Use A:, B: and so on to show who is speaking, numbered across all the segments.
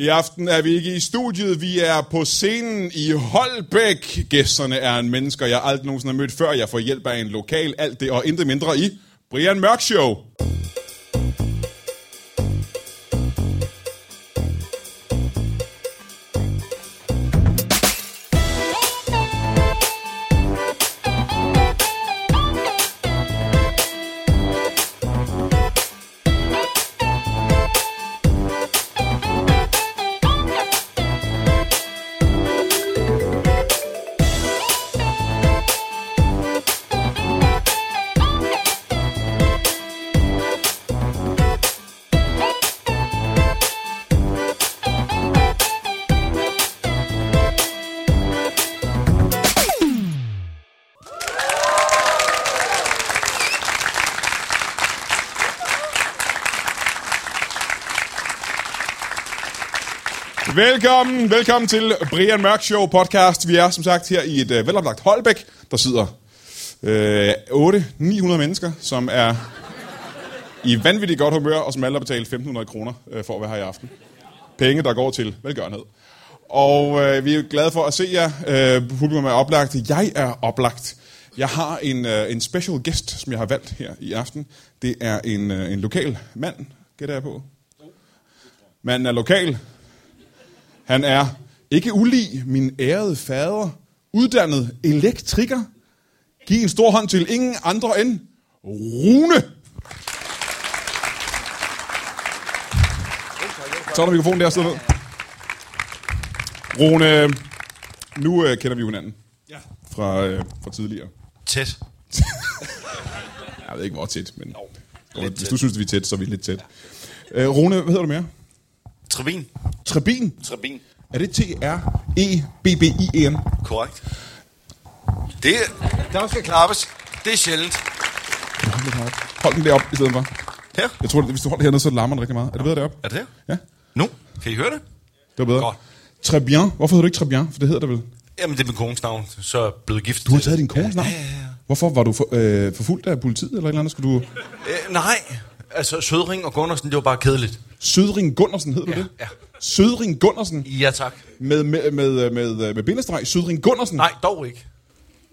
A: I aften er vi ikke i studiet, vi er på scenen i Holbæk. Gæsterne er en mennesker, jeg aldrig nogensinde har mødt før. Jeg får hjælp af en lokal, alt det og intet mindre i Brian Mørk Show. Velkommen, velkommen til Brian Mørk Show podcast. Vi er som sagt her i et øh, veloplagt Holbæk, der sidder øh, 800-900 mennesker, som er i vanvittigt godt humør, og som alle har betalt 1.500 kroner øh, for at være her i aften. Penge, der går til velgørenhed. Og øh, vi er glade for at se jer. Øh, publikum er oplagt. Jeg er oplagt. Jeg har en, øh, en special guest, som jeg har valgt her i aften. Det er en, øh, en lokal mand, gætter jeg på. Manden er lokal, han er ikke ulig min ærede fader, uddannet elektriker. Giv en stor hånd til ingen andre end Rune. Så er der mikrofonen der, sidder ned. Rune, nu øh, kender vi jo hinanden
B: Ja.
A: fra, øh, fra tidligere.
B: Tæt.
A: Jeg ved ikke, hvor tæt, men hvis du synes, vi er tæt, så er vi lidt tæt. Øh, Rune, hvad hedder du mere?
B: Trevin.
A: Trebin.
B: Trevin.
A: Er det E T-R-E-B-B-I-N?
B: Korrekt. Det der skal klappes. Det er sjældent.
A: Hold den heroppe. Hold den deroppe i stedet for.
B: Her.
A: Jeg tror, at hvis du holder det hernede, så larmer den rigtig meget. Er det bedre deroppe?
B: Er det her?
A: Ja,
B: Nu. Kan I høre det?
A: det var bedre.
B: Godt.
A: Très bien. Hvorfor hedder du ikke Très bien? For det hedder det vel.
B: Jamen, det er min kones navn, så er jeg blevet gift.
A: Du har taget din kones navn.
B: Ja, ja, ja.
A: Hvorfor? Var du for, øh, forfulgt af politiet eller et eller andet? Skulle du...
B: Øh, nej, altså Sødring og Gunnarsen, det var bare kedeligt.
A: Sødring Gundersen hed du
B: Ja,
A: det?
B: ja.
A: Sødring Gundersen
B: Ja, tak.
A: med, med, øh, med, med, med bindestreg. Sødring Gundersen.
B: Nej, dog ikke.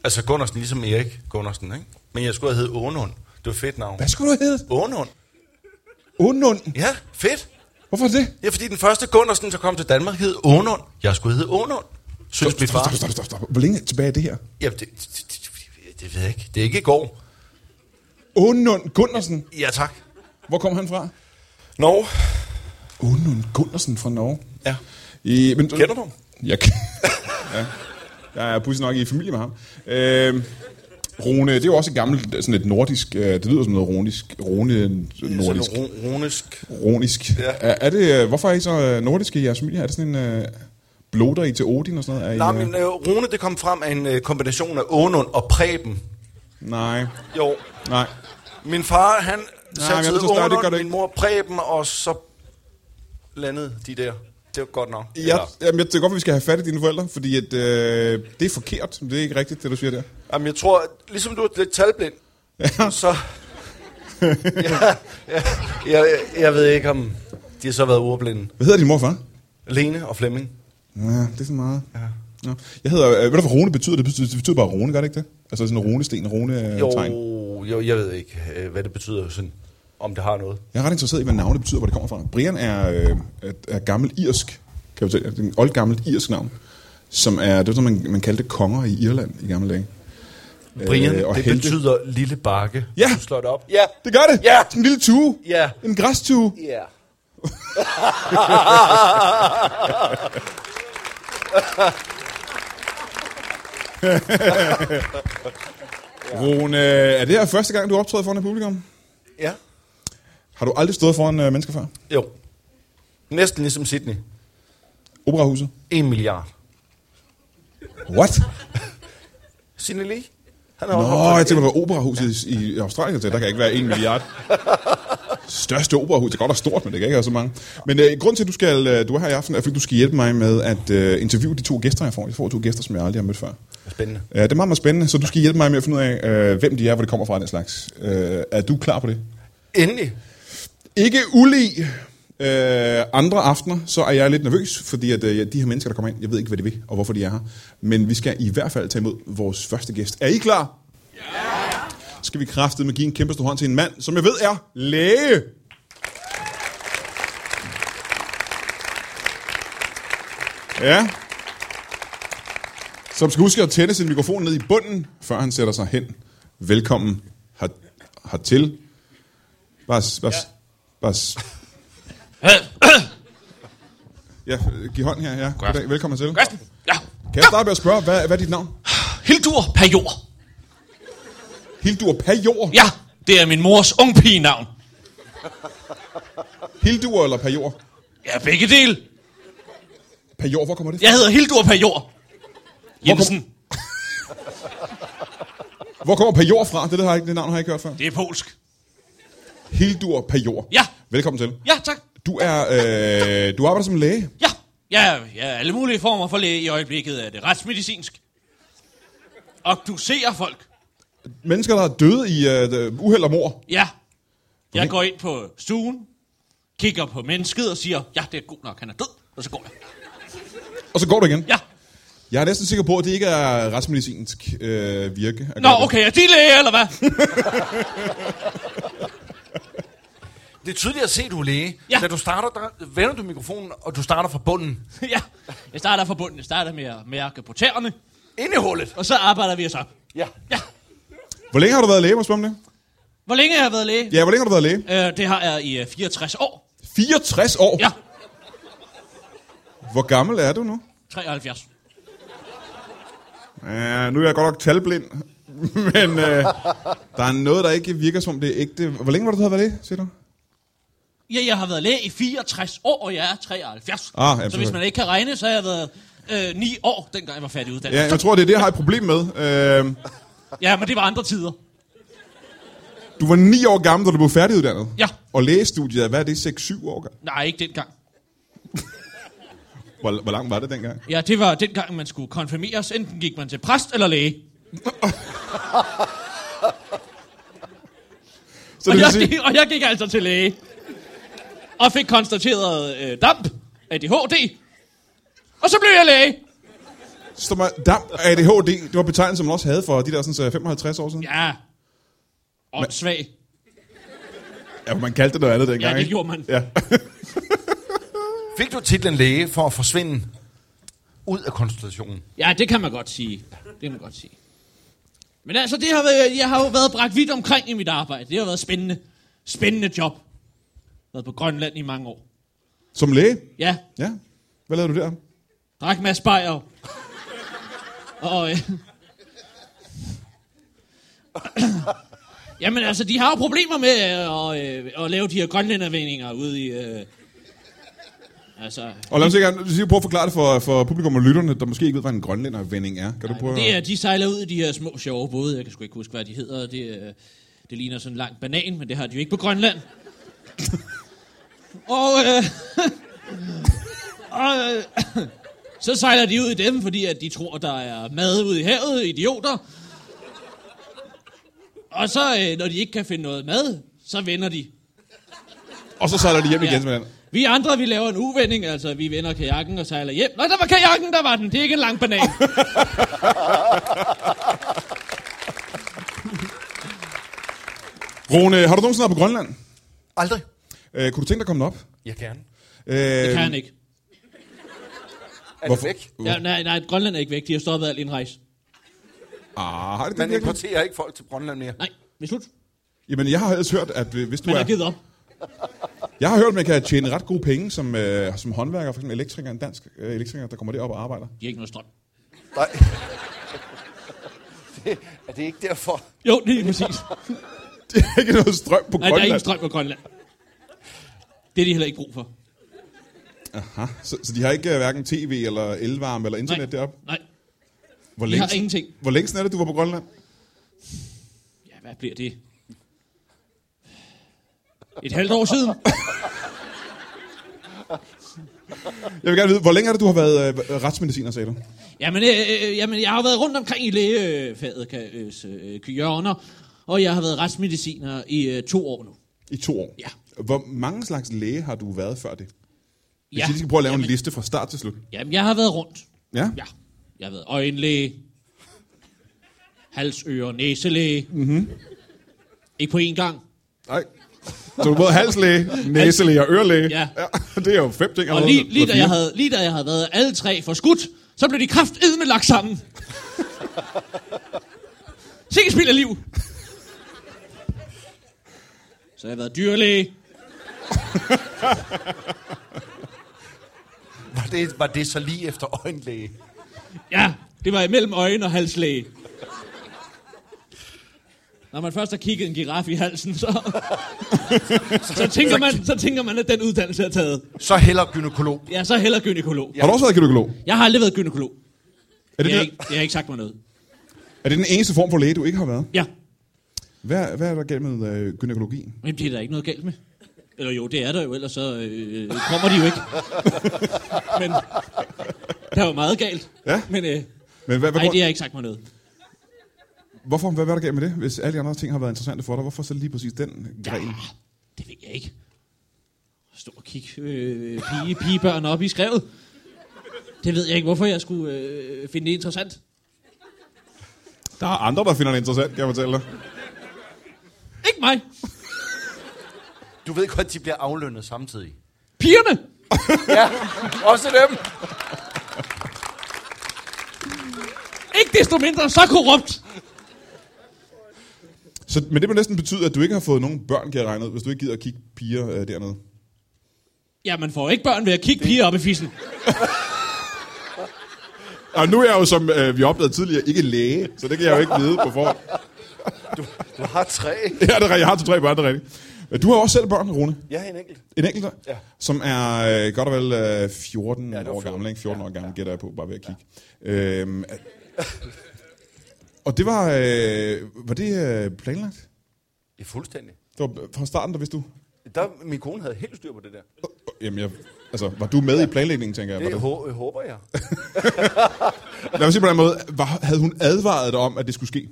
B: Altså Gunnarsen, ligesom Erik Gunnarsen, ikke? Men jeg skulle have heddet Ånund. Det var fedt navn.
A: Hvad skulle du hedde?
B: Ånund?
A: Ånund.
B: Ja, fedt.
A: Hvorfor det?
B: Ja, fordi den første Gunnarsen, der kom til Danmark, hed Ånund. Jeg skulle hedde Ånund. Synes min
A: Stop,
B: far.
A: stop, stop, stop, stop. Hvor længe tilbage er det her?
B: Jamen, det, det, det, det ved jeg ikke. Det er ikke i går.
A: Ånund Gundersen.
B: Ja, tak.
A: Hvor kom han fra?
B: Nå.
A: Ånund Gundersen fra Norge.
B: Ja.
A: I, men,
B: Kender du ham?
A: Jeg, k- ja. jeg er pudsigt nok i familie med ham. Øh, Rune, det er jo også et gammelt, sådan et nordisk, øh, det lyder som noget ronisk, rone, nordisk,
B: Sådan ro- ronisk.
A: ronisk.
B: Ja.
A: Er, er det, øh, hvorfor er I så øh, nordiske i jeres familie? Er det sådan en, øh, bloder I til Odin og sådan noget? Er I,
B: Nej,
A: øh,
B: men øh, Rune, det kom frem af en øh, kombination af Ånund og Preben.
A: Nej,
B: Jo.
A: nej.
B: Min far, han
A: jeg
B: satte
A: synes, der- det gør
B: Ånund,
A: det
B: min
A: ikke.
B: mor Preben, og så landede de der. Det var godt nok.
A: Ja, jamen, jeg- det er godt, at vi skal have fat i dine forældre, fordi at, øh, det er forkert. Det er ikke rigtigt, det du siger der.
B: Jamen, jeg tror, at ligesom du er lidt talblind, ja. så... ja, ja, jeg, jeg ved ikke, om de har så været ordblinde.
A: Hvad hedder din mor og far?
B: Lene og Flemming.
A: Ja, det er så meget.
B: Ja.
A: Nå. Jeg hedder, øh, ved du hvad Rune betyder? Det betyder, det betyder bare Rune, gør det ikke det? Altså sådan en runesten, rune
B: Jo,
A: tegn.
B: jo, jeg ved ikke, øh, hvad det betyder, sådan, om det har noget.
A: Jeg er ret interesseret i, hvad navnet betyder, hvor det kommer fra. Brian er, øh, er, er gammel irsk, kan jeg fortælle jer. Det er en oldgammelt irsk navn, som er, det var sådan, man, man kaldte konger i Irland i gamle dage.
B: Brian, øh,
A: og
B: det
A: helte.
B: betyder lille bakke.
A: Ja.
B: Du slår det op. Ja.
A: Det gør det!
B: Ja.
A: Sådan en lille tue!
B: Ja.
A: En græstue!
B: Ja.
A: Rune, er det her første gang, du optræder foran et publikum?
B: ja.
A: Har du aldrig stået foran øh, mennesker før?
B: Jo. Næsten ligesom Sydney.
A: Operahuset?
B: En milliard.
A: What?
B: Sidney Lee? Han har også
A: Nå,
B: optrådt-
A: jeg tænker på operahuset i, i Australien, så der kan ikke være en milliard. Største operahus, det kan godt være stort, men det kan ikke være så mange. Men øh, grund til, at du, skal, øh, du er her i aften, er, fordi du skal hjælpe mig med at øh, interviewe de to gæster, jeg får. Jeg får to gæster, som jeg aldrig har mødt før.
B: Spændende.
A: Ja, det er meget, meget spændende, så du skal hjælpe mig med at finde ud af, øh, hvem de er, hvor de kommer fra, og den slags. Øh, er du klar på det?
B: Endelig.
A: Ikke ulig Øh, andre aftener, så er jeg lidt nervøs, fordi at, øh, de her mennesker, der kommer ind, jeg ved ikke, hvad de vil, og hvorfor de er her. Men vi skal i hvert fald tage imod vores første gæst. Er I klar? Ja! Skal vi kraftedeme med give en kæmpe stor hånd til en mand, som jeg ved er læge. Ja. Som skal huske at tænde sin mikrofon ned i bunden, før han sætter sig hen. Velkommen her, hertil. Bare, s- bare, ja. bare, s- ja, øh, giv hånd her, ja. Goddag, velkommen hertil.
C: Christen, ja.
A: Kan jeg starte med at spørge, hvad, hvad er dit navn?
C: Hildur per jord.
A: Hildur Pajor?
C: Ja, det er min mors ungpige navn.
A: Hildur eller Pajor?
C: Ja, begge del.
A: Pajor, hvor kommer det fra?
C: Jeg hedder Hildur per jord. Jensen,
A: Hvor kommer Pajor fra? Det, der har jeg ikke, det navn har jeg ikke hørt før.
C: det er polsk.
A: Hildur Pajor.
C: Ja.
A: Velkommen til.
C: Ja, tak.
A: Du, er, øh, du arbejder som læge.
C: Ja, ja, ja alle mulige former for læge i øjeblikket er det retsmedicinsk. Obducerer folk.
A: Mennesker, der er døde i øh, uheld og mor.
C: Ja. Jeg går ind på stuen, kigger på mennesket og siger, ja, det er godt nok, han er død. Og så går jeg.
A: Og så går det igen.
C: Ja.
A: Jeg er næsten sikker på, at det ikke er retsmedicinsk øh, virke. at
C: Nå,
A: gøre det.
C: okay, er de læge, eller hvad?
B: Det er tydeligt at se, du er læge.
C: Ja.
B: Da du starter, der vender du mikrofonen, og du starter fra bunden.
C: ja. Jeg starter fra bunden. Jeg starter med at mærke på tæerne,
B: Ind i hullet.
C: og så arbejder vi os op.
B: Ja.
C: Ja.
A: Hvor længe har du været læge, må jeg spørge om det?
C: Hvor længe har jeg været læge?
A: Ja, hvor længe har du været læge?
C: Øh, det har jeg i øh, 64 år.
A: 64 år.
C: Ja,
A: Hvor gammel er du nu?
C: 73.
A: Ja, nu er jeg godt nok talblind. Men øh, der er noget, der ikke virker som det er ægte. Hvor længe var det, du havde været læge, siger du?
C: Ja, jeg har været læge i 64 år, og jeg er 73.
A: Ah, ja,
C: så hvis
A: selvfølgelig.
C: man ikke kan regne, så har jeg været øh, 9 år, dengang jeg var færdig uddannet.
A: Ja, jeg tror, det er det, jeg har et problem med. Øh,
C: ja, men det var andre tider.
A: du var 9 år gammel, da du blev færdiguddannet.
C: Ja.
A: Og lægestudiet, er- hvad er det, 6-7 år gammel?
C: Nej, ikke dengang.
A: Hvor, hvor langt var det dengang?
C: Ja, det var dengang, man skulle konfirmeres. Enten gik man til præst eller læge.
A: Så
C: Og
A: det vil
C: jeg,
A: sige,
C: gik, og jeg gik altså til læge. Og fik konstateret øh, damp, ADHD. Og så blev jeg læge.
A: står mig, damp ADHD, det var betegnelsen, man også havde for de der sådan, så 55 år siden.
C: Ja. Åndssvag.
A: Ja, man kaldte det noget andet dengang,
C: Ja, det
A: ikke?
C: gjorde man.
A: Ja.
B: Fik du titlen læge for at forsvinde ud af konsultationen?
C: Ja, det kan man godt sige. Det kan man godt sige. Men altså, det har været, jeg har jo været bragt vidt omkring i mit arbejde. Det har været spændende. Spændende job. Været på Grønland i mange år.
A: Som læge?
C: Ja,
A: Ja. Hvad lavede du der?
C: drak Mads Beyer. Og... Øh, Jamen altså, de har jo problemer med øh, at, øh, at lave de her grønlændervendinger ude i... Øh, altså,
A: Og lad os ikke du siger, prøve at forklare det for, for publikum og lytterne, der måske ikke ved, hvad en grønlændervending er. Kan du prøve
C: Det
A: at...
C: er, de sejler ud i de her små sjove både. Jeg kan sgu ikke huske, hvad de hedder. Det, øh, det ligner sådan en lang banan, men det har de jo ikke på Grønland. og, øh, og øh, så sejler de ud i dem, fordi at de tror, der er mad ude i havet, idioter. Og så, øh, når de ikke kan finde noget mad, så vender de.
A: Og så sejler de hjem igen med den.
C: Vi andre, vi laver en uvending, altså vi vender kajakken og sejler hjem. Nå, der var kajakken, der var den. Det er ikke en lang banan.
A: Rune, har du nogensinde været på Grønland?
B: Aldrig.
A: Øh, kunne du tænke dig at komme op?
B: Jeg gerne.
A: Øh, det
C: Kan han ikke.
B: Er det
A: Hvorfor?
B: væk?
A: Uh,
C: Ja, nej, nej, Grønland er ikke væk. De har stoppet al indrejse.
A: ah, har det det
B: Man
A: virkelig?
B: importerer ikke folk til Grønland mere.
C: Nej, det er slut.
A: Jamen, jeg har ellers hørt, at øh, hvis du
C: Man
A: er...
C: har givet op.
A: Jeg har hørt, at man kan tjene ret gode penge som, øh, som håndværker, for eksempel elektriker, en dansk øh, elektriker, der kommer derop og arbejder.
C: De har ikke noget strøm.
B: Nej. Det, er det ikke derfor?
C: Jo, det er præcis.
A: Det er ikke noget strøm på
C: Nej, der er ingen
A: Grønland.
C: strøm på Grønland. Det er de heller ikke brug for.
A: Aha, så, så de har ikke øh, hverken tv eller elvarme eller internet
C: Nej.
A: deroppe?
C: Nej,
A: Hvor
C: de
A: længe,
C: har ingenting.
A: hvor længe siden er det, du var på Grønland?
C: Ja, hvad bliver det? Et halvt år siden.
A: Jeg vil gerne vide, hvor længe er det, du har været øh, retsmediciner, sagde du?
C: Jamen, øh, øh, jamen, jeg har jo været rundt omkring i lægefaget, kan øh, s- øh, hjørner, og jeg har været retsmediciner i øh, to år nu.
A: I to år.
C: Ja.
A: Hvor mange slags læge har du været før det? Hvis
C: Ja.
A: ja. I skal prøve at lave Jamen.
C: Jamen.
A: en liste fra start til slut.
C: Jamen, jeg har været rundt.
A: Ja?
C: Ja, jeg har været øjenlæge, hals, øre, næselæge. Mm-hmm. Ikke på én gang.
A: Nej. Så du er både halslæge, næselæge og ørelæge.
C: Ja.
A: Det er jo fem ting.
C: Og
A: allerede.
C: lige, lige, da
A: Eller
C: jeg
A: fire.
C: havde, lige da jeg havde været alle tre for skudt, så blev de kraftedme lagt sammen. Sikke spild af liv. Så har jeg været dyrlæge.
B: Var det, var det så lige efter øjenlæge?
C: Ja, det var imellem øjne og halslæge. Når man først har kigget en giraf i halsen, så, så, tænker, man, så tænker man, at den uddannelse er taget.
B: Så heller gynekolog.
C: Ja, så heller gynækolog.
A: Har du også været gynækolog?
C: Jeg har aldrig været gynækolog.
A: Er det,
C: Det har,
A: det,
C: ikke, det har ikke sagt mig noget.
A: er det den eneste form for læge, du ikke har været?
C: Ja,
A: Hvad, hvad er der galt med øh, gynækologien?
C: men det er der ikke noget galt med. Eller jo, det er der jo, ellers så øh, kommer de jo ikke. men der er jo meget galt.
A: Ja.
C: Men øh,
A: Men hvad, hvad,
C: nej,
A: grund,
C: det har ikke sagt mig noget.
A: hvorfor, hvad, hvad er der galt med det? Hvis alle de andre ting har været interessante for dig, hvorfor så lige præcis den gren?
C: Ja, det ved jeg ikke. Stå og kig øh, pige, pigebørn op i skrevet. Det ved jeg ikke, hvorfor jeg skulle øh, finde det interessant.
A: Der er andre, der finder det interessant, kan jeg fortælle dig.
C: Ikke mig.
B: Du ved godt, de bliver aflønnet samtidig.
C: Pigerne.
B: Ja, også dem.
C: Ikke desto mindre så korrupt.
A: Så, men det må næsten betyde, at du ikke har fået nogen børn, kan jeg regne ud, hvis du ikke gider at kigge piger øh, dernede.
C: Ja, man får ikke børn ved at kigge piger op i fissen.
A: Og nu er jeg jo, som øh, vi opdagede tidligere, ikke læge, så det kan jeg jo ikke vide på forhånd.
B: Du har tre.
A: Ja, det er, rigtigt. jeg har to tre børn, det er rigtigt. Men Du har jo også selv børn, Rune.
B: Jeg har en enkelt.
A: En enkelt, ja.
B: Ja.
A: som er øh, godt og vel øh, 14 ja,
B: det var
A: år
B: 14.
A: gammel. Ikke? 14 ja, år gammel, ja. gætter jeg på, bare ved at kigge. Ja. Øhm, at- og det var, øh, var det øh, planlagt?
B: Ja, fuldstændig.
A: Det var fra starten, der vidste du?
B: Der, min kone havde helt styr på det der.
A: Jamen, jeg, altså, var du med i planlægningen, tænker jeg? Var
B: Det
A: det?
B: hå- håber jeg.
A: Lad mig sige på den måde, var, havde hun advaret dig om, at det skulle ske?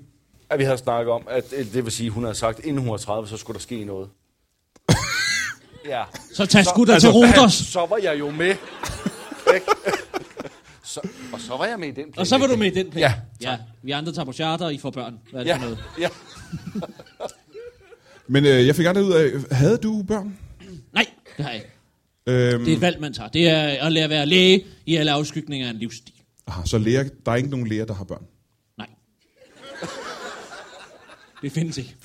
B: At vi havde snakket om, at øh, det vil sige, hun havde sagt, inden hun var 30, så skulle der ske noget. ja.
C: Så tag
B: Så- altså,
C: skutter
A: altså,
C: til Rodos.
B: Så var jeg jo med. Ikke? så, og så var jeg med i den plan.
C: Og så var du med i den plan.
B: Ja,
C: ja. Vi andre tager på charter, og I får børn. Hvad er det
B: Ja,
C: for noget?
B: ja.
A: Men øh, jeg fik aldrig ud af, havde du børn?
C: Nej, det har jeg ikke.
A: Øhm,
C: Det er et valg, man tager. Det er at lære at være læge i alle afskygninger af en livsstil.
A: aha, så læger, der er ikke nogen læger, der har børn.
C: Nej. Det findes ikke.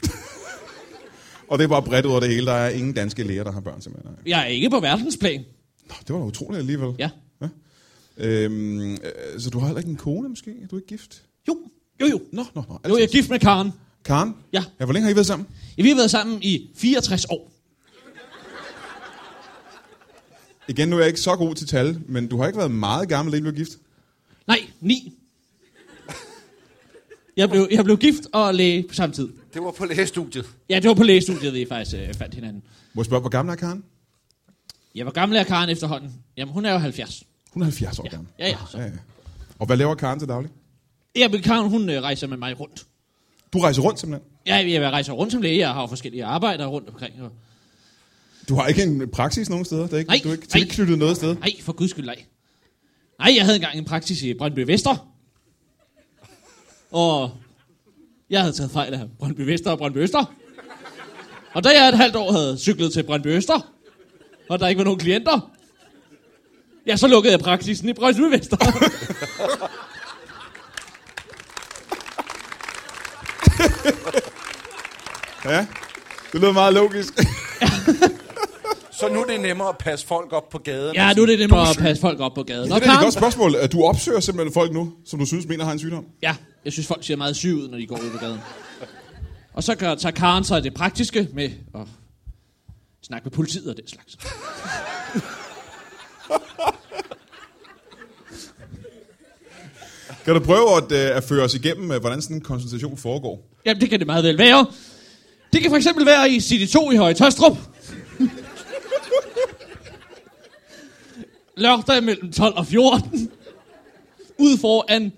A: Og det er bare bredt ud over det hele. Der er ingen danske læger, der har børn, simpelthen. Nej.
C: Jeg er ikke på verdensplan.
A: Nå, det var da utroligt alligevel.
C: Ja.
A: Øhm, øh, så du har heller ikke en kone, måske? Er du ikke gift?
C: Jo, jo, jo.
A: Nå, nå, nå.
C: Jo, jeg er gift med Karen.
A: Karen?
C: Ja.
A: ja. Hvor længe har I været sammen?
C: Ja, vi har været sammen i 64 år.
A: Igen, nu er jeg ikke så god til tal, men du har ikke været meget gammel, da I blev gift.
C: Nej, 9. Jeg blev, jeg blev gift og læge på samme tid.
B: Det var på lægestudiet.
C: Ja, det var på lægestudiet, vi faktisk øh, fandt hinanden.
A: Må jeg spørge, hvor gammel er Karen?
C: Jeg var gammel af Karen efterhånden. Jamen, hun er jo 70.
A: Hun er 70 år gammel. Ah,
C: Ja, ja, så.
A: ja, ja. Og hvad laver Karen til daglig?
C: Jamen, Karen, hun øh, rejser med mig rundt.
A: Du rejser rundt, simpelthen.
C: Ja, jeg rejser rundt som læge. Jeg har jo forskellige arbejder rundt omkring. Og...
A: Du har ikke en praksis nogen steder? Der er ikke,
C: Nej,
A: du er ikke
C: nej.
A: tilknyttet noget sted?
C: Nej, for guds skyld, nej. Nej, jeg havde engang en praksis i Brøndby Vester. Og jeg havde taget fejl af Brøndby Vester og Brøndby Øster. Og da jeg et halvt år havde cyklet til Brøndby Øster, og der ikke var nogen klienter, ja, så lukkede jeg praksisen i Brøndby Vester.
A: Ja, det lyder meget logisk.
B: Så nu er det nemmere at passe folk op på gaden.
C: ja, nu er det nemmere at passe folk op på gaden. Nå,
A: Det er et
C: Karen,
A: godt spørgsmål. Du opsøger simpelthen folk nu, som du synes mener har en sygdom.
C: Ja, jeg synes, folk ser meget syge ud, når de går ud på gaden. Og så gør, tager Karen sig af det praktiske med at snakke med politiet og den slags.
A: Kan du prøve at, øh, at føre os igennem, øh, hvordan sådan en konsultation foregår?
C: Jamen, det kan det meget vel være. Det kan for eksempel være i City 2 i Høje Tøstrup. Lørdag mellem 12 og 14. Ude foran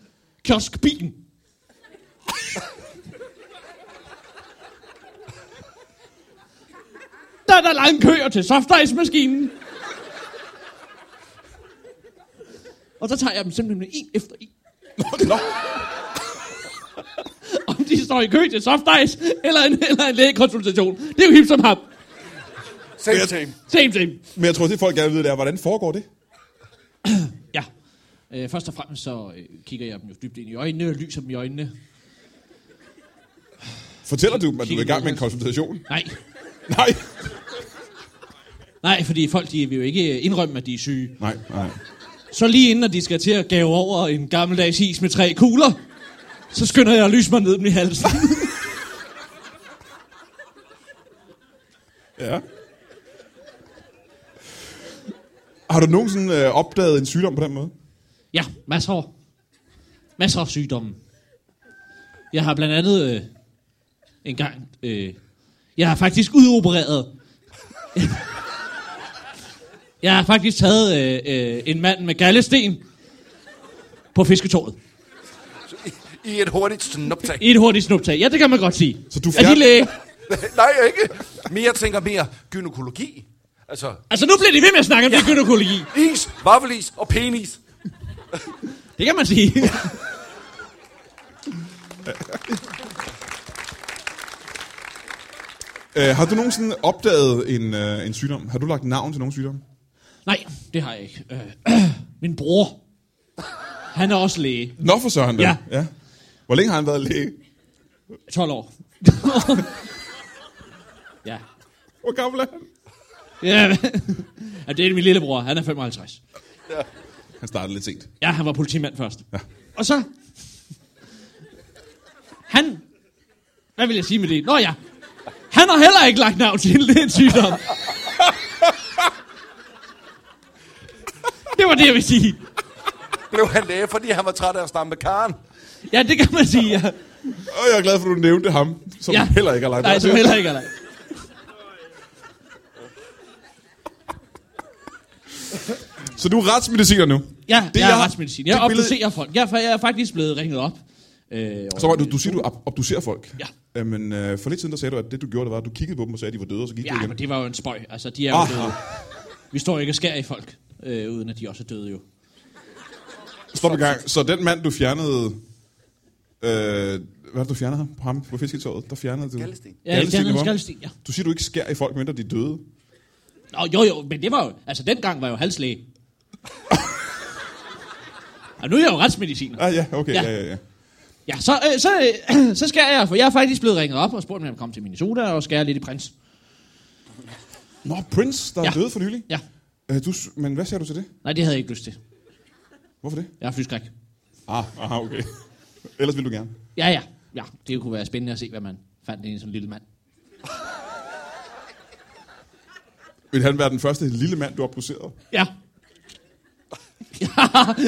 C: kioskbilen. Der er der lange køer til softice-maskinen. Og så tager jeg dem simpelthen en efter en.
A: Nå,
C: Om de står i kø til softice eller en, eller en lægekonsultation. Det er jo hip som hap.
B: Same team.
C: Same, same.
A: men jeg tror, det folk gerne vil vide, det er, hvordan foregår det?
C: Ja. Øh, først og fremmest så øh, kigger jeg dem jo dybt ind i øjnene og lyser dem i øjnene.
A: Fortæller du dem, at du er i gang med en konsultation?
C: Nej.
A: Nej.
C: Nej, fordi folk de vil jo ikke øh, indrømme, at de er syge.
A: Nej, nej.
C: Så lige inden, at de skal til at gave over en gammeldags is med tre kugler, så skynder jeg at lyse mig ned dem i halsen.
A: Ja. Har du nogensinde øh, opdaget en sygdom på den måde?
C: ja, masser af, masser af sygdomme. Jeg har blandt andet øh, en gang... Øh, jeg har faktisk udopereret... jeg har faktisk taget øh, øh, en mand med gallesten på fisketorvet.
B: I et hurtigt snuptag.
C: I et hurtigt snuptag. Ja, det kan man godt sige.
A: Så du
C: Er de
A: fjern-
C: læge?
B: Nej, ikke. Men jeg tænker mere gynekologi. Altså,
C: Altså, nu bliver de ved med at snakke om ja. det gynækologi.
B: is, vaffelis og penis.
C: Det kan man sige.
A: Øh, har du nogensinde opdaget en, øh, en sygdom? Har du lagt navn til nogen sygdom?
C: Nej, det har jeg ikke. Øh, min bror, han er også læge.
A: Nå for søren. da.
C: Ja.
A: ja. Hvor længe har han været læge?
C: 12 år. ja.
A: Hvor gammel er han?
C: ja. Ja, det er min lillebror. Han er 55.
A: Han startede lidt sent.
C: Ja, han var politimand først. Ja. Og så... Han... Hvad vil jeg sige med det? Nå ja. Han har heller ikke lagt navn til den sygdom. det var det, jeg ville sige.
B: Blev han læge, fordi han var træt af at stamme med karen.
C: Ja, det kan man sige, ja.
A: Og jeg er glad for, at du nævnte ham, som ja. heller ikke har lagt
C: Nej,
A: navn
C: som
A: til.
C: heller ikke har lagt.
A: Så du er retsmediciner nu?
C: Ja,
A: Det
C: det jeg
A: jeg-
C: er retsmedicin. Jeg
A: det billede-
C: obducerer folk. Jeg, for jeg er faktisk blevet ringet op. Øh,
A: Så var Altså, du, du siger, du ob- obducerer folk.
C: Ja.
A: Men øh, for lidt siden, der sagde du, at det du gjorde, det var, at du kiggede på dem og sagde, at de var døde, og så gik du
C: Ja,
A: igen.
C: men det var jo en spøj. Altså, de er jo
A: Ah.
C: døde. Vi står jo ikke og skærer i folk, øh, uden at de også er døde jo.
A: Stop en gang. Så den mand, du fjernede... Øh, hvad er det, du fjernede ham på ham på fisketåret? Der fjernede du...
B: Galdesten.
C: Ja, jeg fjernede
A: i
C: en
A: munden.
C: skaldstil, ja.
A: Du siger, du ikke skærer i folk, mindre de er døde.
C: Nå, jo, jo, men det var jo... Altså, dengang var jeg jo halslæge. Og nu er jeg jo retsmediciner.
A: Ah, ja, okay, ja,
C: Ja.
A: ja, ja. ja.
C: Ja, så, øh, så, øh, så skærer jeg, for jeg er faktisk blevet ringet op og spurgt, om jeg kom til Minnesota og skærer lidt i prins.
A: Nå, Prince, der er
C: Ja.
A: døde for nylig.
C: Ja,
A: Øh, du, s- men hvad siger du til det?
C: nej, det havde jeg ikke lyst til.
A: Hvorfor det?
C: Jeg har flyskræk.
A: Ah, aha, okay. Ellers vil du gerne.
C: Ja, ja, ja. Det kunne være spændende at se, hvad man fandt i en sådan lille mand.
A: Vil han være den første lille mand, du har produceret?
C: Ja. Jeg har,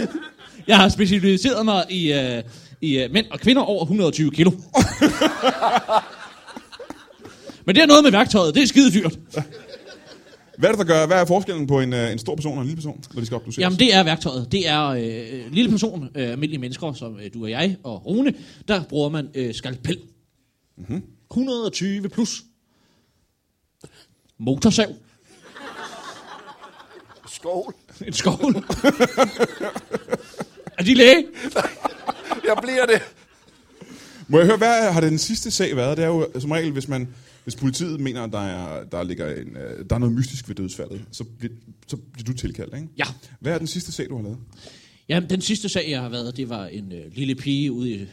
C: jeg har specialiseret mig i, øh, i øh, mænd og kvinder over 120 kilo. Men det er noget med værktøjet. Det er skide dyrt.
A: Hvad er det, der gør? Hvad er forskellen på en, øh, en stor person og en lille person, når de skal obduceres?
C: Jamen, det er værktøjet. Det er øh, lille person, øh, almindelige mennesker, som øh, du og jeg og Rune, der bruger man øh, skalpel. Mm-hmm. 120 plus. Motorsav.
B: Skål.
C: En skovl. er de læge?
B: Jeg bliver det.
A: Må jeg høre, hvad har den sidste sag været? Det er jo øh, som regel, hvis, man, hvis politiet mener, at der, er, der, ligger en, øh, der er noget mystisk ved dødsfaldet, så bliver, så bliver du tilkaldt, ikke?
C: Ja.
A: Hvad er den sidste sag, du har lavet?
C: Jamen, den sidste sag, jeg har været, det var en øh, lille pige ude i...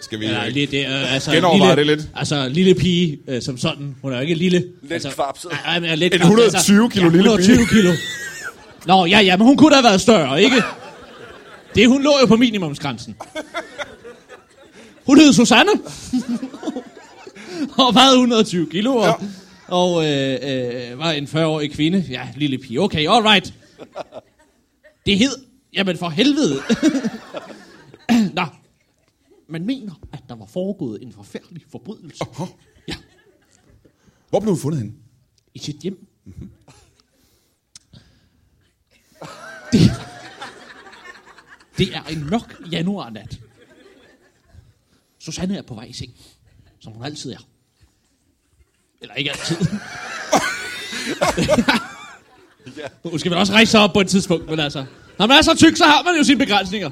A: Skal vi...
C: Ja,
A: øh,
C: lidt, øh, altså,
A: Genovervej
C: lille,
A: det lidt.
C: Altså, lille pige øh, som sådan. Hun er jo ikke lille. Lidt altså,
B: kvapset.
C: Nej, nej, men er lidt
A: En
C: kvapset, Altså,
A: 120 kilo
C: ja,
A: lille pige.
C: 120 kilo. Nå, ja, ja, men hun kunne da have været større, ikke? Det, hun lå jo på minimumsgrænsen. Hun hed Susanne. og vejede 120 kilo, og,
A: Ja.
C: ja. og øh, øh, var en 40-årig kvinde. Ja, lille pige. Okay, all right. Det hed... Jamen, for helvede. Nå. Man mener, at der var foregået en forfærdelig forbrydelse
A: Aha.
C: Ja.
A: Hvor blev hun fundet henne?
C: i sit hjem. Mm-hmm. Det, det er en mørk januarnat. Susanne er på vej i seng, som hun altid er. Eller ikke altid. Nu skal man også rejse sig op på et tidspunkt, men altså. Når man er så tyk, så har man jo sine begrænsninger.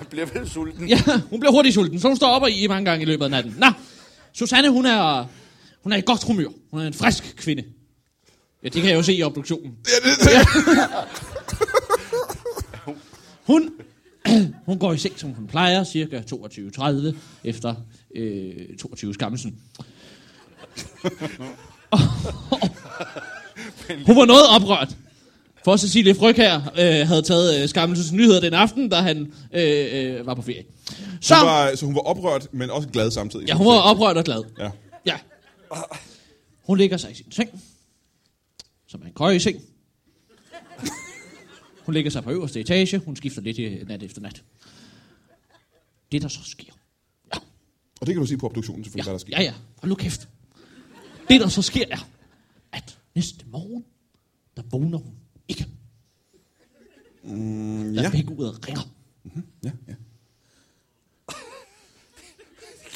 B: Jeg bliver vel sulten.
C: Ja, hun bliver hurtigt sulten, så hun står op og i mange gange i løbet af natten. Nå, Susanne, hun er, hun er i godt humør. Hun er en frisk kvinde. Ja, det kan jeg jo se i obduktionen.
A: Ja, det, det.
C: Hun, hun går i seng, som hun plejer, cirka 22.30 efter øh, 22 skammelsen. hun var noget oprørt. For Cecilie Fryg her øh, havde taget øh, skammelsens nyheder den aften, da han øh, øh, var på ferie. Så,
A: Hun var, så hun var oprørt, men også glad samtidig.
C: ja, hun var oprørt og glad.
A: Ja.
C: Ja. Hun ligger sig i sin seng. Som er en køje seng. Hun ligger sig på øverste etage. Hun skifter lidt i nat efter nat. Det, der så sker.
A: Og det kan du sige på obduktionen selvfølgelig,
C: Ja,
A: hvad der sker.
C: ja, ja. Hold nu kæft. Det, der så sker, er, at næste morgen, der vågner hun ikke. Mm, der
A: ja.
C: er pæk ud og ringer.
A: ja, ja.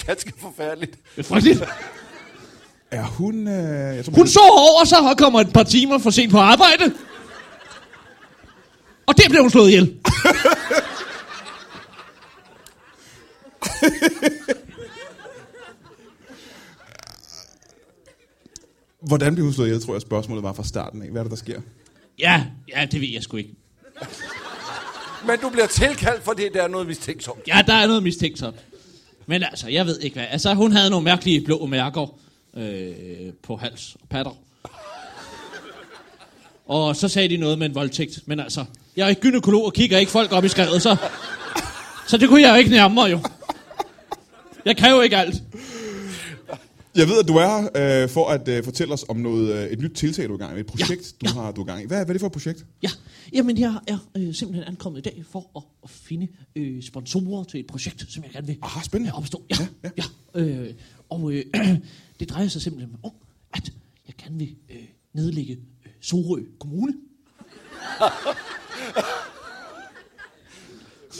B: Ganske forfærdeligt.
C: Det er frygteligt.
A: Er hun... Øh, jeg tror,
C: Hun så over sig og kommer et par timer for sent på arbejde. Og det blev hun slået ihjel.
A: Hvordan blev hun slået ihjel, tror jeg, spørgsmålet var fra starten af. Hvad er det, der sker?
C: Ja, ja, det ved jeg sgu ikke.
B: Men du bliver tilkaldt, fordi der er noget mistænksomt.
C: Ja, der er noget mistænksomt. Men altså, jeg ved ikke hvad. Altså, hun havde nogle mærkelige blå mærker øh, på hals og patter. Og så sagde de noget med en voldtægt. Men altså, jeg er ikke gynekolog og kigger ikke folk op i skrevet, så... Så det kunne jeg jo ikke nærme mig, jo. Jeg kan jo ikke alt.
A: Jeg ved, at du er her øh, for at øh, fortælle os om noget, øh, et nyt tiltag, du er i gang i. Et projekt, ja. du, har, du er i gang i. Hvad, hvad er det for et projekt?
C: Ja, jamen jeg er øh, simpelthen ankommet i dag for at, at finde øh, sponsorer til et projekt, som jeg gerne vil
A: Aha, spændende.
C: øh, opstå. Ja, ja. ja. Øh, og øh, det drejer sig simpelthen om, at jeg gerne vil øh, nedlægge øh, Sorø Kommune.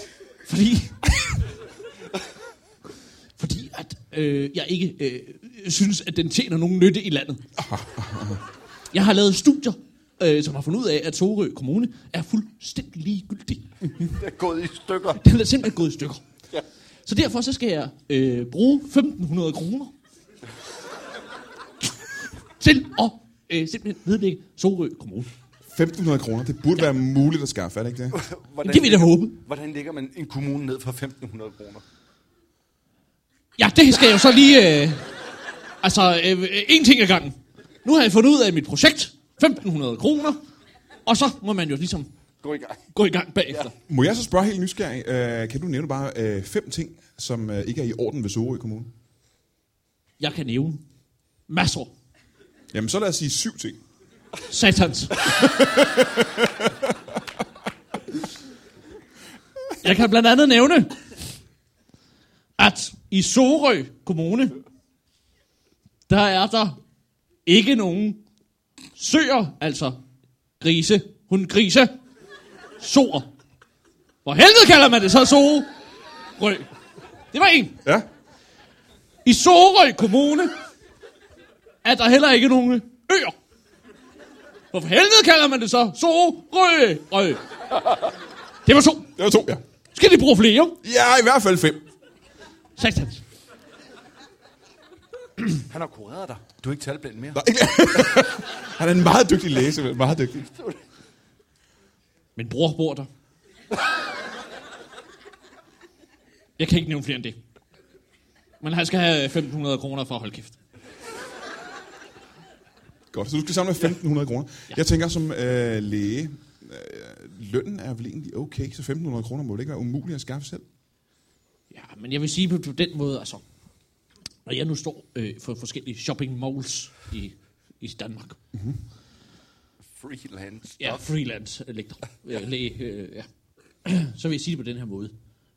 C: fordi... fordi at øh, jeg ikke øh, synes, at den tjener nogen nytte i landet. Jeg har lavet studier, øh, som har fundet ud af, at Sorø Kommune er fuldstændig ligegyldig.
B: Det er gået i stykker.
C: Den er simpelthen gået i stykker.
B: Ja.
C: Så derfor så skal jeg øh, bruge 1.500 kroner til at øh, simpelthen nedlægge Sorø Kommune.
A: 1.500 kroner, det burde ja. være muligt at skaffe, er det ikke det?
B: Hvordan
C: Det vil jeg
B: ligger-
C: håbe.
B: Hvordan ligger man en kommune ned for 1.500 kroner?
C: Ja, det skal jeg jo så lige... Øh, altså, øh, øh, en ting ad gangen. Nu har jeg fundet ud af mit projekt. 1.500 kroner. Og så må man jo ligesom
B: Gå i gang.
C: gå i gang bagefter.
A: Må jeg så spørge helt nysgerrig, øh, kan du nævne bare øh, fem ting, som øh, ikke er i orden ved Sorø Kommune?
C: Jeg kan nævne masser.
A: Jamen så lad os sige syv ting.
C: Satans. Jeg kan blandt andet nævne, at i Sorø Kommune, der er der ikke nogen søer, altså grise, hun grise, sor. Hvor helvede kalder man det så Sorø? Det var en.
A: Ja?
C: I Sorø Kommune er der heller ikke nogen øer. Hvorfor helvede kalder man det så? Sorø. Rø. Det var to.
A: Det var to, ja.
C: Skal de bruge flere?
A: Ja, i hvert fald fem.
C: Satans.
B: Han har kureret dig. Du er ikke talblind mere.
A: Nej, ikke. Han er en meget dygtig læser, meget dygtig.
C: Min bror bor der. Jeg kan ikke nævne flere end det. Men han skal have 1.500 kroner for at holde kæft.
A: Godt, så du skal samle 1.500 kroner. Jeg tænker som øh, læge, øh, lønnen er vel egentlig okay, så 1.500 kroner må det ikke være umuligt at skaffe selv.
C: Ja, men jeg vil sige på på den måde, altså... Når jeg nu står øh, for forskellige shopping malls i, i Danmark,
B: Freelance.
C: Ja, freelance lektor. Øh, læge, øh, ja. Så vil jeg sige det på den her måde.